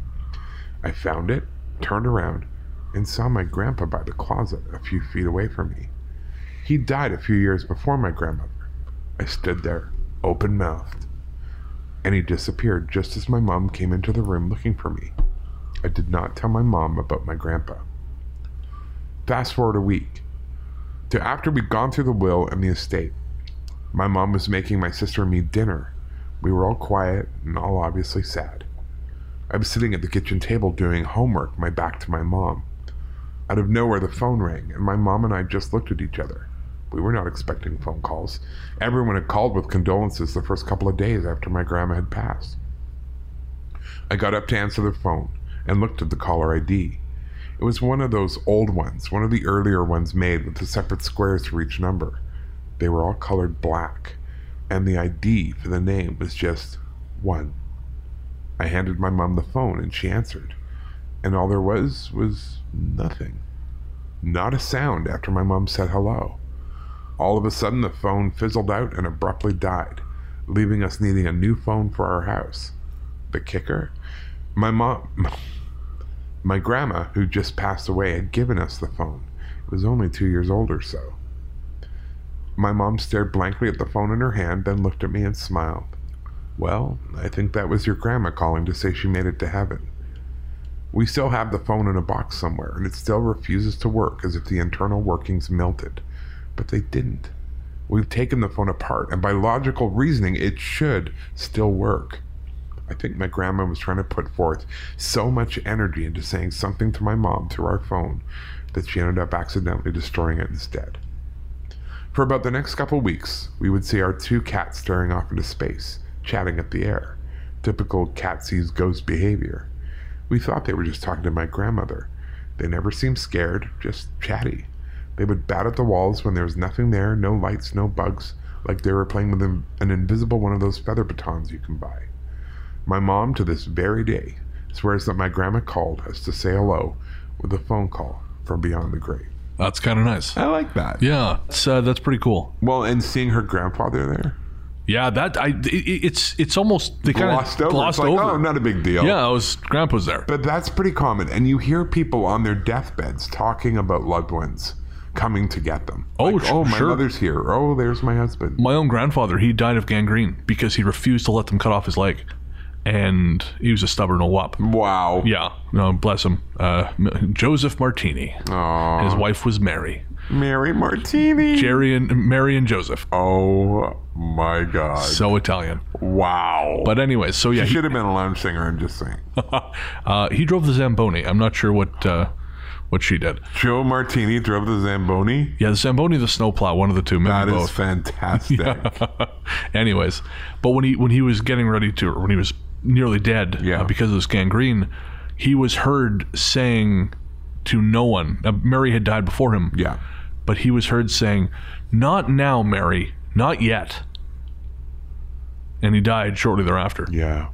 Speaker 2: I found it, turned around, and saw my grandpa by the closet a few feet away from me. He died a few years before my grandmother. I stood there, open mouthed, and he disappeared just as my mom came into the room looking for me. I did not tell my mom about my grandpa. Fast forward a week to after we'd gone through the will and the estate. My mom was making my sister and me dinner. We were all quiet and all obviously sad. I was sitting at the kitchen table doing homework, my back to my mom. Out of nowhere, the phone rang, and my mom and I just looked at each other. We were not expecting phone calls. Everyone had called with condolences the first couple of days after my grandma had passed. I got up to answer the phone and looked at the caller ID. It was one of those old ones, one of the earlier ones made with the separate squares for each number. They were all colored black, and the ID for the name was just one. I handed my mom the phone, and she answered, and all there was was nothing. Not a sound after my mom said hello. All of a sudden, the phone fizzled out and abruptly died, leaving us needing a new phone for our house. The kicker? My mom. My grandma, who just passed away, had given us the phone. It was only two years old or so. My mom stared blankly at the phone in her hand, then looked at me and smiled. Well, I think that was your grandma calling to say she made it to heaven. We still have the phone in a box somewhere, and it still refuses to work as if the internal workings melted. But they didn't. We've taken the phone apart, and by logical reasoning, it should still work. I think my grandma was trying to put forth so much energy into saying something to my mom through our phone that she ended up accidentally destroying it instead. For about the next couple weeks, we would see our two cats staring off into space, chatting at the air. Typical cat sees ghost behavior. We thought they were just talking to my grandmother. They never seemed scared, just chatty. They would bat at the walls when there was nothing there, no lights, no bugs, like they were playing with an an invisible one of those feather batons you can buy. My mom, to this very day, swears that my grandma called us to say hello with a phone call from beyond the grave.
Speaker 1: That's kind of nice.
Speaker 2: I like that.
Speaker 1: Yeah, it's, uh, that's pretty cool.
Speaker 2: Well, and seeing her grandfather there,
Speaker 1: Yeah, that I it, it's it's almost they kind
Speaker 2: glossed
Speaker 1: of
Speaker 2: over.
Speaker 1: glossed
Speaker 2: it's like,
Speaker 1: over.
Speaker 2: oh, not a big deal.
Speaker 1: yeah, it was grandpa's there.
Speaker 2: But that's pretty common. And you hear people on their deathbeds talking about loved ones coming to get them.
Speaker 1: Oh,
Speaker 2: Like,
Speaker 1: sh-
Speaker 2: oh, my
Speaker 1: sure.
Speaker 2: mother's here. Oh, there's my husband.
Speaker 1: my own grandfather, he died of gangrene because he refused to let them cut off his leg, and he was a stubborn old wop.
Speaker 2: Wow.
Speaker 1: Yeah, no, bless him. Uh, M- Joseph Martini.
Speaker 2: Aw.
Speaker 1: His wife was Mary.
Speaker 2: Mary Martini.
Speaker 1: Jerry and Mary and Joseph.
Speaker 2: oh my God.
Speaker 1: So Italian.
Speaker 2: wow.
Speaker 1: But anyway, so yeah, he,
Speaker 2: should have been a lounge singer. I'm just saying.
Speaker 1: uh, he drove the Zamboni. I'm not sure what uh, what she did.
Speaker 2: Joe Martini drove the Zamboni.
Speaker 1: Yeah, the Zamboni, or the snowplow, one of the two. Maybe
Speaker 2: That is
Speaker 1: both.
Speaker 2: fantastic.
Speaker 1: Anyways, but when he when he was getting ready to, or when he was nearly dead
Speaker 2: Yeah.
Speaker 1: uh, because of this gangrene, he was heard saying to no one. Uh, Mary had died before him,
Speaker 2: yeah.
Speaker 1: but he was heard saying, "Not now, Mary, not yet." And he died shortly thereafter.
Speaker 2: Yeah.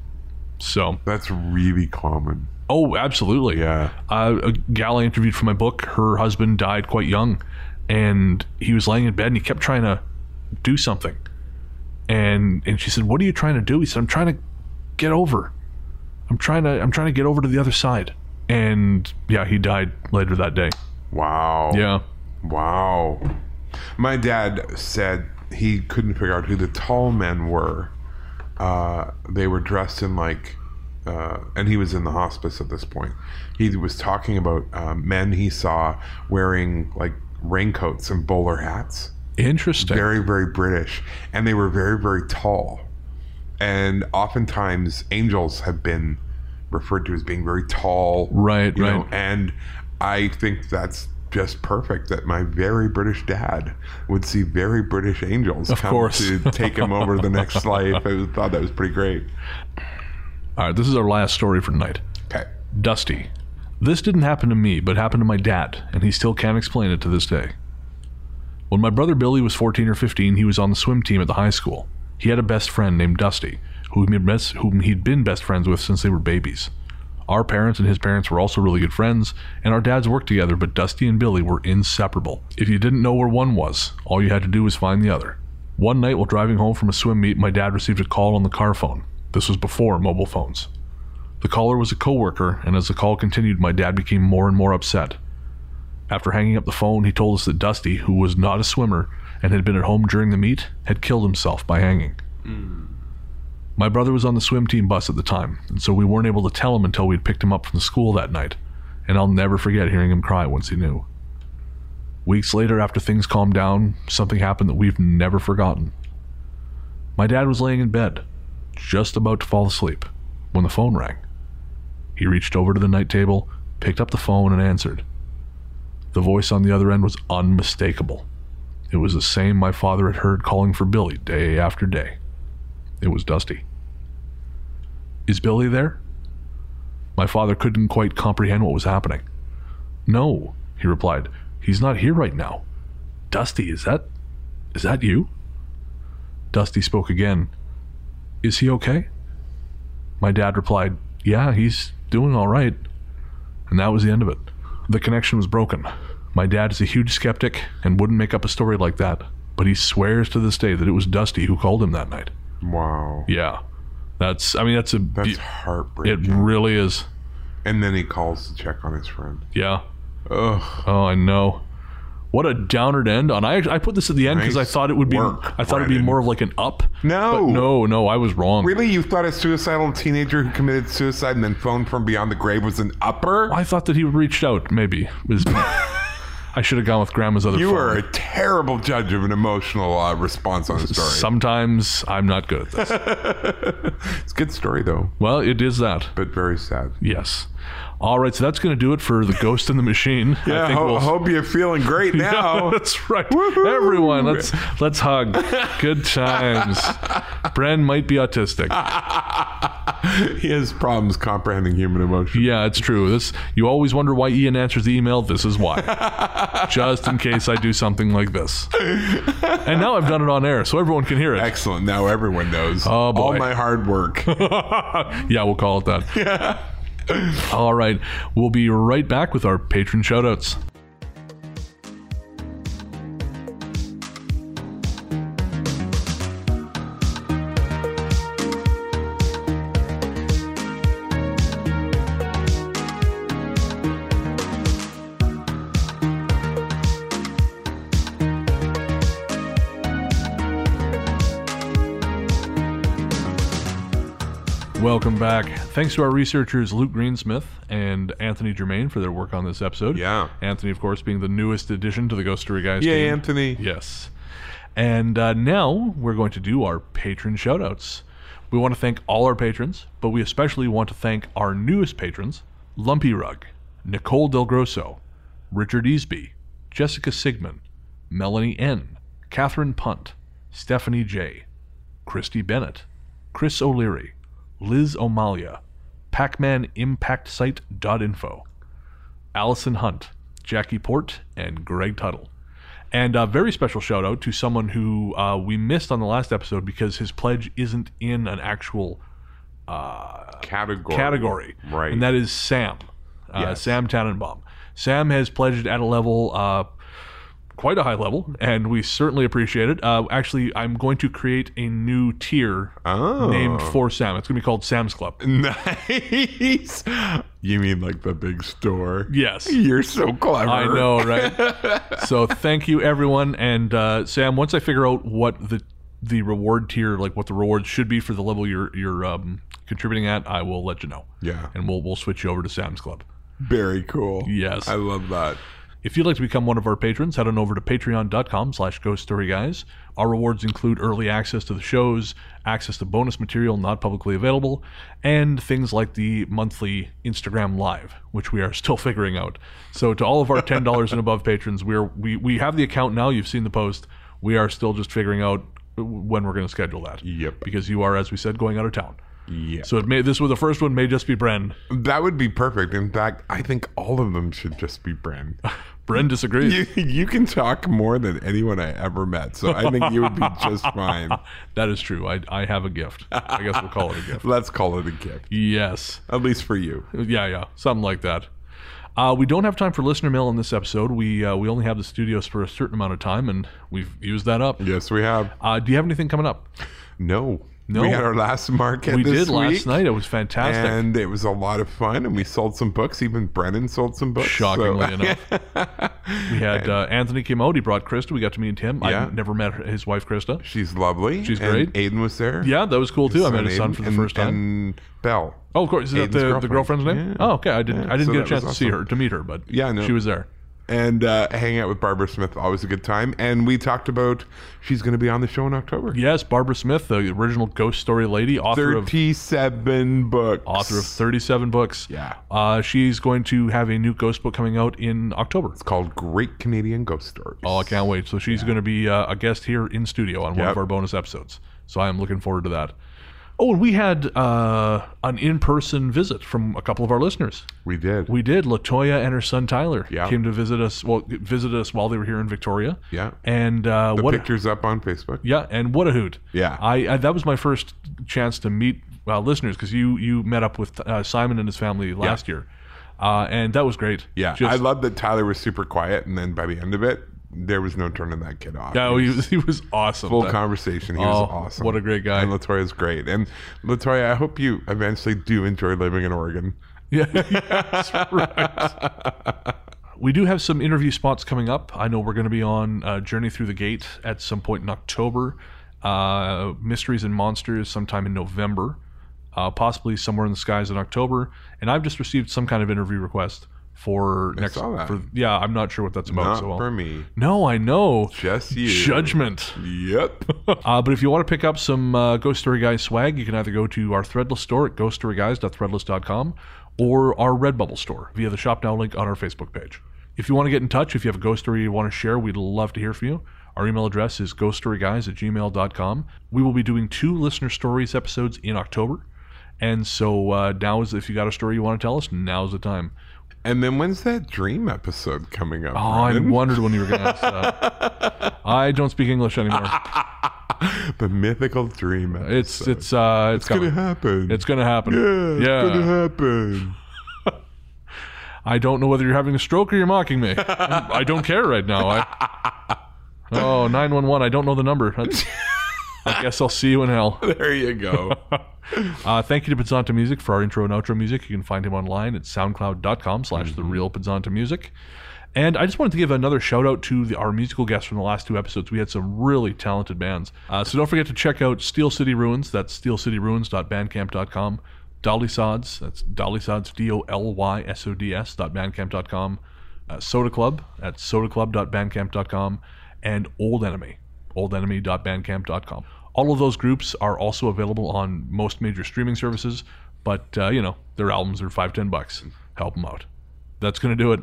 Speaker 1: So,
Speaker 2: That's really common.
Speaker 1: oh, absolutely.
Speaker 2: Yeah.
Speaker 1: Uh, a gal I interviewed for my book, her husband died quite young, and he was laying in bed and he kept trying to do something. and and she said, "What are you trying to do?" He said, "I'm trying to get over. I'm trying to I'm trying to get over to the other side." And yeah, he died later that day.
Speaker 2: Wow.
Speaker 1: Yeah.
Speaker 2: Wow. My dad said he couldn't figure out who the tall men were. Uh, they were dressed in like, uh, and he was in the hospice at this point. He was talking about uh, men he saw wearing like raincoats and bowler hats.
Speaker 1: Interesting.
Speaker 2: Very, very British. And they were very, very tall. And oftentimes angels have been referred to as being very tall.
Speaker 1: Right,
Speaker 2: you
Speaker 1: right.
Speaker 2: know, and I think that's just perfect that my very British dad would see very British angels of
Speaker 1: course.
Speaker 2: to take him over the next life. I was- thought that was pretty great.
Speaker 1: All right, this is our last story for tonight.
Speaker 2: Okay.
Speaker 1: Dusty. This didn't happen to me, but happened to my dad, and he still can't explain it to this day. When my brother Billy was 14 or 15, he was on the swim team at the high school. He had a best friend named Dusty, whom he'd, best, whom he'd been best friends with since they were babies. Our parents and his parents were also really good friends, and our dads worked together, but Dusty and Billy were inseparable. If you didn't know where one was, all you had to do was find the other. One night while driving home from a swim meet, my dad received a call on the car phone. This was before mobile phones. The caller was a coworker, and as the call continued, my dad became more and more upset. After hanging up the phone, he told us that Dusty, who was not a swimmer and had been at home during the meet, had killed himself by hanging. My brother was on the swim team bus at the time, and so we weren't able to tell him until we'd picked him up from school that night, and I'll never forget hearing him cry once he knew. Weeks later, after things calmed down, something happened that we've never forgotten. My dad was laying in bed, just about to fall asleep, when the phone rang. He reached over to the night table, picked up the phone, and answered. The voice on the other end was unmistakable. It was the same my father had heard calling for Billy day after day. It was Dusty. Is Billy there? My father couldn't quite comprehend what was happening. No, he replied. He's not here right now. Dusty, is that. is that you? Dusty spoke again. Is he okay? My dad replied, Yeah, he's doing all right. And that was the end of it. The connection was broken. My dad is a huge skeptic and wouldn't make up a story like that, but he swears to this day that it was Dusty who called him that night.
Speaker 2: Wow.
Speaker 1: Yeah. That's, I mean, that's a.
Speaker 2: That's
Speaker 1: it
Speaker 2: heartbreaking.
Speaker 1: really is.
Speaker 2: and then he calls to check on his friend.
Speaker 1: Yeah.
Speaker 2: Ugh.
Speaker 1: Oh, I know. What a downer to end on. I I put this at the end because
Speaker 2: Nice
Speaker 1: I thought it would be
Speaker 2: work,
Speaker 1: I thought it'd be
Speaker 2: Brandon.
Speaker 1: more of like an up.
Speaker 2: No.
Speaker 1: But no, no, I was wrong.
Speaker 2: Really? You thought a suicidal teenager who committed suicide and then phoned from beyond the grave was an upper?
Speaker 1: I thought that he reached out. Maybe was. I should have gone with grandma's other.
Speaker 2: You
Speaker 1: phone.
Speaker 2: are a terrible judge of an emotional uh, response on a story.
Speaker 1: Sometimes I'm not good at this.
Speaker 2: it's a good story, though,
Speaker 1: well, it is that.
Speaker 2: but very sad.
Speaker 1: Yes. All right, so that's going to do it for the Ghost in the Machine.
Speaker 2: Yeah, I
Speaker 1: we'll.
Speaker 2: hope you're feeling great now.
Speaker 1: that's right.
Speaker 2: Woohoo!
Speaker 1: Everyone, let's let's hug. Good times. Bren might be autistic.
Speaker 2: Ah. he has problems comprehending human emotion.
Speaker 1: Yeah, it's true. This you always wonder why Ian answers the email. This is why. Just in case I do something like this. And now I've done it on air, so everyone can hear it.
Speaker 2: Excellent. Now everyone knows.
Speaker 1: Oh, boy.
Speaker 2: All my hard work.
Speaker 1: yeah, we'll call it that. All right. We'll be right back with our patron shoutouts. Welcome back. Thanks to our researchers Luke Greensmith and Anthony Germain for their work on this episode.
Speaker 2: Yeah.
Speaker 1: Anthony, of course, being the newest addition to the Ghost Story Guys
Speaker 2: Yay,
Speaker 1: team.
Speaker 2: Anthony.
Speaker 1: Yes. And uh, now we're going to do our patron shoutouts. We want to thank all our patrons, but we especially want to thank our newest patrons Lumpy Rug, Nicole Del Grosso, Richard Easby, Jessica Sigmund, Melanie N., Catherine Punt, Stephanie J., Christy Bennett, Chris O'Leary, Liz O'Malia, Pacman Impact Site.info, Allison Hunt, Jackie Port, and Greg Tuttle. And a very special shout out to someone who uh, we missed on the last episode because his pledge isn't in an actual
Speaker 2: Category.
Speaker 1: category.
Speaker 2: Right.
Speaker 1: And that is Sam, uh,
Speaker 2: Yes.
Speaker 1: Sam Tannenbaum. Sam has pledged at a level uh, quite a high level, and we certainly appreciate it. Uh, actually, I'm going to create a new tier
Speaker 2: Oh.
Speaker 1: named for Sam. It's going to be called Sam's Club.
Speaker 2: Nice. You mean like the big store?
Speaker 1: Yes.
Speaker 2: You're so clever.
Speaker 1: I know, right? so thank you, everyone. And uh, Sam, once I figure out what the the reward tier, like what the rewards should be for the level you're you're um, contributing at, I will let you know.
Speaker 2: Yeah.
Speaker 1: and we'll we'll switch you over to Sam's Club.
Speaker 2: Very cool.
Speaker 1: Yes.
Speaker 2: I love that.
Speaker 1: If you'd like to become one of our patrons, head on over to patreon.com slash ghost story guys. Our rewards include early access to the shows, access to bonus material not publicly available, and things like the monthly Instagram live, which we are still figuring out. So to all of our ten dollars and above patrons, we're we, we have the account now, you've seen the post. We are still just figuring out when we're gonna schedule that.
Speaker 2: Yep.
Speaker 1: Because you are, as we said, going out of town.
Speaker 2: Yeah.
Speaker 1: So it may this was the first one may just be Bren.
Speaker 2: That would be perfect. In fact, I think all of them should just be Bren.
Speaker 1: Bren disagrees.
Speaker 2: You, you can talk more than anyone I ever met, so I think you would be just fine.
Speaker 1: That is true. I, I have a gift. I guess we'll call it a gift.
Speaker 2: Let's call it a gift,
Speaker 1: Yes.
Speaker 2: at least for you.
Speaker 1: Yeah, yeah. Something like that. Uh, we don't have time for listener mail in this episode. We uh, we only have the studios for a certain amount of time, and we've used that up.
Speaker 2: Yes, we have.
Speaker 1: Uh, do you have anything coming up?
Speaker 2: No,
Speaker 1: No.
Speaker 2: We had our last market.
Speaker 1: we
Speaker 2: this
Speaker 1: did last
Speaker 2: week,
Speaker 1: night. It was fantastic.
Speaker 2: and it was a lot of fun. And we sold some books. Even Brennan sold some books. so-
Speaker 1: Shockingly enough, we had uh, Anthony came out. He brought Krista. We got to meet him.
Speaker 2: Yeah.
Speaker 1: I never met her- his wife, Krista.
Speaker 2: she's lovely.
Speaker 1: She's
Speaker 2: and
Speaker 1: great.
Speaker 2: Aiden was there.
Speaker 1: Yeah, that was cool too. I
Speaker 2: Son
Speaker 1: met his son
Speaker 2: Aiden
Speaker 1: for the
Speaker 2: and-
Speaker 1: first time.
Speaker 2: And Belle.
Speaker 1: oh, of course, is that
Speaker 2: Aiden's
Speaker 1: the, the girlfriend's
Speaker 2: girlfriend.
Speaker 1: name?
Speaker 2: Yeah.
Speaker 1: Oh, okay. I didn't
Speaker 2: Yeah,
Speaker 1: I didn't
Speaker 2: so
Speaker 1: get a
Speaker 2: that
Speaker 1: chance to
Speaker 2: was
Speaker 1: see
Speaker 2: awesome.
Speaker 1: her to meet her, but
Speaker 2: Yeah, I know.
Speaker 1: she was there.
Speaker 2: and uh, hang out with Barbara Smith. Always a good time. And we talked about she's going to be on the show in October.
Speaker 1: Yes, Barbara Smith, the original ghost story lady, author of
Speaker 2: Thirty-seven books.
Speaker 1: author of 37 books.
Speaker 2: Yeah.
Speaker 1: Uh, she's going to have a new ghost book coming out in October.
Speaker 2: called Great Canadian Ghost Stories.
Speaker 1: Oh, I can't wait. So she's going to be uh, a guest here in studio on one of
Speaker 2: Yep.
Speaker 1: our bonus episodes. So I am looking forward to that. Oh, and we had uh, an in person visit from a couple of our listeners.
Speaker 2: we did.
Speaker 1: We did. Latoya and her son Tyler
Speaker 2: Yeah.
Speaker 1: came to visit us. Well, visit us while they were here in Victoria.
Speaker 2: Yeah.
Speaker 1: And uh, what?
Speaker 2: Pictures up on Facebook.
Speaker 1: Yeah, and what a hoot!
Speaker 2: Yeah.
Speaker 1: I, I that was my first chance to meet uh, listeners because you you met up with uh, Simon and his family last year, uh, and that was great.
Speaker 2: Yeah,
Speaker 1: Just-
Speaker 2: I love that Tyler was super quiet, and then by the end of it, there was no turning that kid off.
Speaker 1: yeah, he was, he was awesome.
Speaker 2: full
Speaker 1: That-
Speaker 2: conversation. He
Speaker 1: Oh,
Speaker 2: was awesome.
Speaker 1: what a great guy.
Speaker 2: And Latoya's great. And Latoya, I hope you eventually do enjoy living in Oregon.
Speaker 1: Yeah, that's right. We do have some interview spots coming up. I know we're going to be on uh, Journey Through the Gate at some point in October, uh, Mysteries and Monsters sometime in November, uh, possibly Somewhere in the Skies in October. And I've just received some kind of interview request for next.
Speaker 2: saw that.
Speaker 1: For, yeah, I'm not sure what that's about.
Speaker 2: Not
Speaker 1: so I'll-
Speaker 2: for me.
Speaker 1: no, I know.
Speaker 2: Just you.
Speaker 1: Judgment.
Speaker 2: Yep.
Speaker 1: Uh, but if you want to pick up some uh, Ghost Story Guys swag, you can either go to our Threadless store at ghoststoryguys.threadless.com or our Redbubble store via the Shop Now link on our Facebook page. If you want to get in touch, if you have a ghost story you want to share, we'd love to hear from you. Our email address is ghoststoryguys at gmail.com. We will be doing two listener stories episodes in October. And so uh, now is, if you got a story you want to tell us, now's the time.
Speaker 2: and then when's that dream episode coming up?
Speaker 1: Oh, I
Speaker 2: Brendan?
Speaker 1: wondered when you were going to ask that. I don't speak English anymore.
Speaker 2: the mythical dream. Episode.
Speaker 1: It's, it's, uh, it's,
Speaker 2: gonna
Speaker 1: coming.
Speaker 2: happen.
Speaker 1: It's gonna happen.
Speaker 2: yeah, It's gonna happen.
Speaker 1: I don't know whether you're having a stroke or you're mocking me. I'm- I don't care right now. I, oh, 911. I don't know the number. That's, I guess I'll see you in hell.
Speaker 2: There you go.
Speaker 1: Uh, thank you to Pizzanta Music for our intro and outro music. You can find him online at soundcloud.com slash the real Pizzanta Music. And I just wanted to give another shout out to the, our musical guests from the last two episodes. We had some really talented bands. Uh, so don't forget to check out Steel City Ruins. That's steelcityruins.bandcamp.com. Dolly Sods. That's Dolly Sods, D O L Y S O D S dot bandcamp.com. Uh, Soda Club at sodaclub.bandcamp.com. And Old Enemy oldenemy.bandcamp.com. All of those groups are also available on most major streaming services, but uh, you know their albums are five ten bucks. Help them out. That's gonna do it.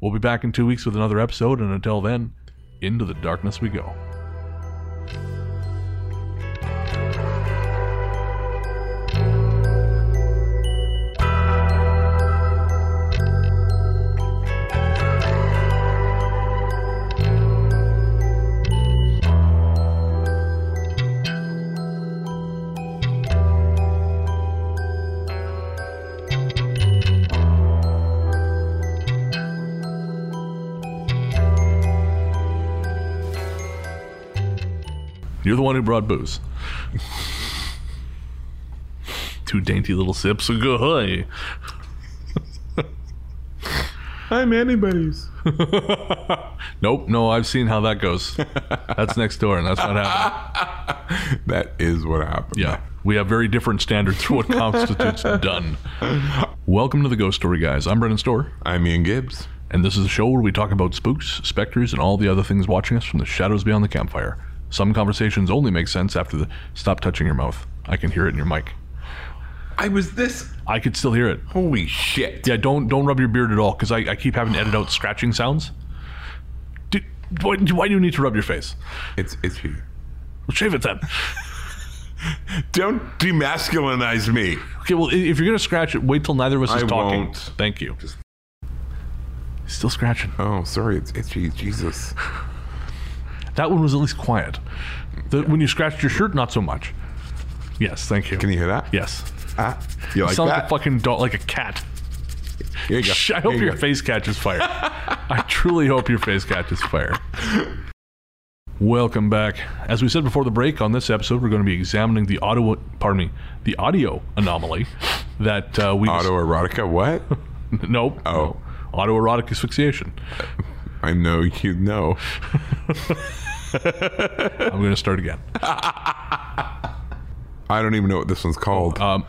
Speaker 1: We'll be back in two weeks with another episode, and until then, into the darkness we go. You're the one who brought booze. Two dainty little sips of ahoy.
Speaker 2: I'm anybody's.
Speaker 1: Nope, no, I've seen how that goes. That's next door, and that's what happened.
Speaker 2: That is what happened.
Speaker 1: Yeah, we have very different standards for what constitutes done. Welcome to the Ghost Story, guys. I'm Brennan Storr,
Speaker 2: I'm Ian Gibbs.
Speaker 1: and this is a show where we talk about spooks, specters, and all the other things watching us from the shadows beyond the campfire. Some conversations only make sense after the stop touching your mouth. I can hear it in your mic.
Speaker 2: I was this.
Speaker 1: I could still hear it.
Speaker 2: Holy shit.
Speaker 1: Yeah, don't don't rub your beard at all because I, I keep having to edit out scratching sounds. Dude, why, why do you need to rub your face?
Speaker 2: It's it's you.
Speaker 1: Shave it then.
Speaker 2: Don't demasculinize me.
Speaker 1: Okay, well, i- if you're gonna scratch it, wait till neither of us is
Speaker 2: I
Speaker 1: talking.
Speaker 2: won't.
Speaker 1: Thank you. Still scratching.
Speaker 2: Oh, sorry. It's itchy. Jesus.
Speaker 1: That one was at least quiet. The, When you scratched your shirt, not so much. Yes, thank you.
Speaker 2: Can you hear that?
Speaker 1: yes.
Speaker 2: Ah, you like
Speaker 1: Sound like a
Speaker 2: that?
Speaker 1: fucking dog, like a cat.
Speaker 2: Here you go.
Speaker 1: Shh, I
Speaker 2: Here
Speaker 1: hope
Speaker 2: you
Speaker 1: your
Speaker 2: go.
Speaker 1: face catches fire. I truly hope your face catches fire. Welcome back. As we said before the break, on this episode, we're going to be examining the audio, pardon me, the audio anomaly that uh, we
Speaker 2: Auto erotica. What?
Speaker 1: nope
Speaker 2: Oh.
Speaker 1: autoerotic asphyxiation.
Speaker 2: I know you know.
Speaker 1: I'm going to start again.
Speaker 2: I don't even know what this one's called.
Speaker 1: Um,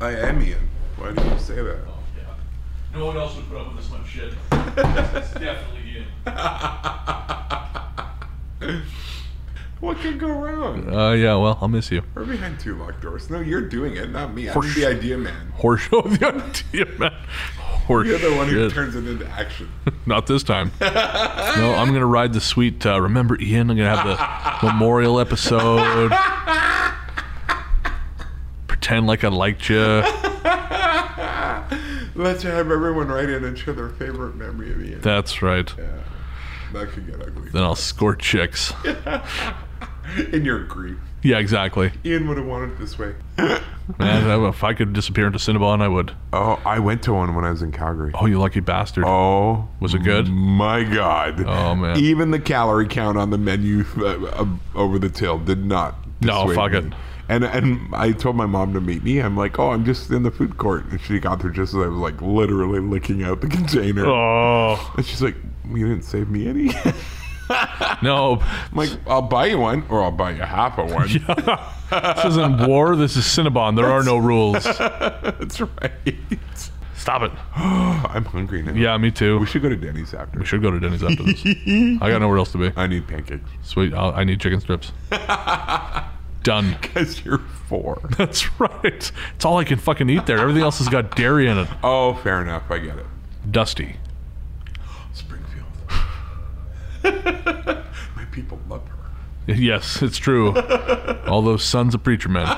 Speaker 2: I am Ian. Why do you say that?
Speaker 1: no one else would put up with this much shit. It's definitely you.
Speaker 2: What could go wrong?
Speaker 1: Uh, yeah, well, I'll miss you.
Speaker 2: We're behind two locked doors. No, you're doing it, not me. I'm
Speaker 1: For
Speaker 2: the
Speaker 1: sure.
Speaker 2: idea man.
Speaker 1: Horse show of the idea, man. Horse
Speaker 2: You're the one who
Speaker 1: shit.
Speaker 2: turns it into action.
Speaker 1: Not this time. no, I'm gonna ride the sweet. Uh, remember, Ian. I'm gonna have the memorial episode. Pretend like I liked you.
Speaker 2: Let's have everyone write in and share their favorite memory of Ian.
Speaker 1: That's right.
Speaker 2: yeah. That could get ugly.
Speaker 1: Then I'll score chicks.
Speaker 2: In your grief.
Speaker 1: Yeah, exactly.
Speaker 2: Ian would have wanted it this way.
Speaker 1: Man, if I could disappear into Cinnabon, I would.
Speaker 2: Oh, I went to one when I was in Calgary.
Speaker 1: Oh, you lucky bastard.
Speaker 2: Oh,
Speaker 1: Was it good?
Speaker 2: My God!
Speaker 1: Oh, man.
Speaker 2: Even the calorie count on the menu uh, uh, over the till did not.
Speaker 1: No,
Speaker 2: dissuade
Speaker 1: fuck
Speaker 2: me.
Speaker 1: it.
Speaker 2: And and I told my mom to meet me. I'm like, oh, I'm just in the food court, and she got there just as I was like literally licking out the container.
Speaker 1: Oh
Speaker 2: And she's like, you didn't save me any. I'm
Speaker 1: no!
Speaker 2: like, I'll buy you one, or I'll buy you half of one.
Speaker 1: This isn't war. This is Cinnabon. There are no rules.
Speaker 2: That's right. Oh,
Speaker 1: Stop it.
Speaker 2: I'm hungry now.
Speaker 1: Yeah, me too.
Speaker 2: we should go to Denny's after.
Speaker 1: We should go to Denny's after this. I got nowhere else to be.
Speaker 2: I need pancakes
Speaker 1: Sweet. I'll, I need chicken strips. Done.
Speaker 2: because you're four.
Speaker 1: That's right. It's all I can fucking eat there. Everything else has got dairy in it.
Speaker 2: oh, fair enough. I get it.
Speaker 1: Dusty.
Speaker 2: Springfield. My people love her.
Speaker 1: Yes, it's true. All those sons of preacher men.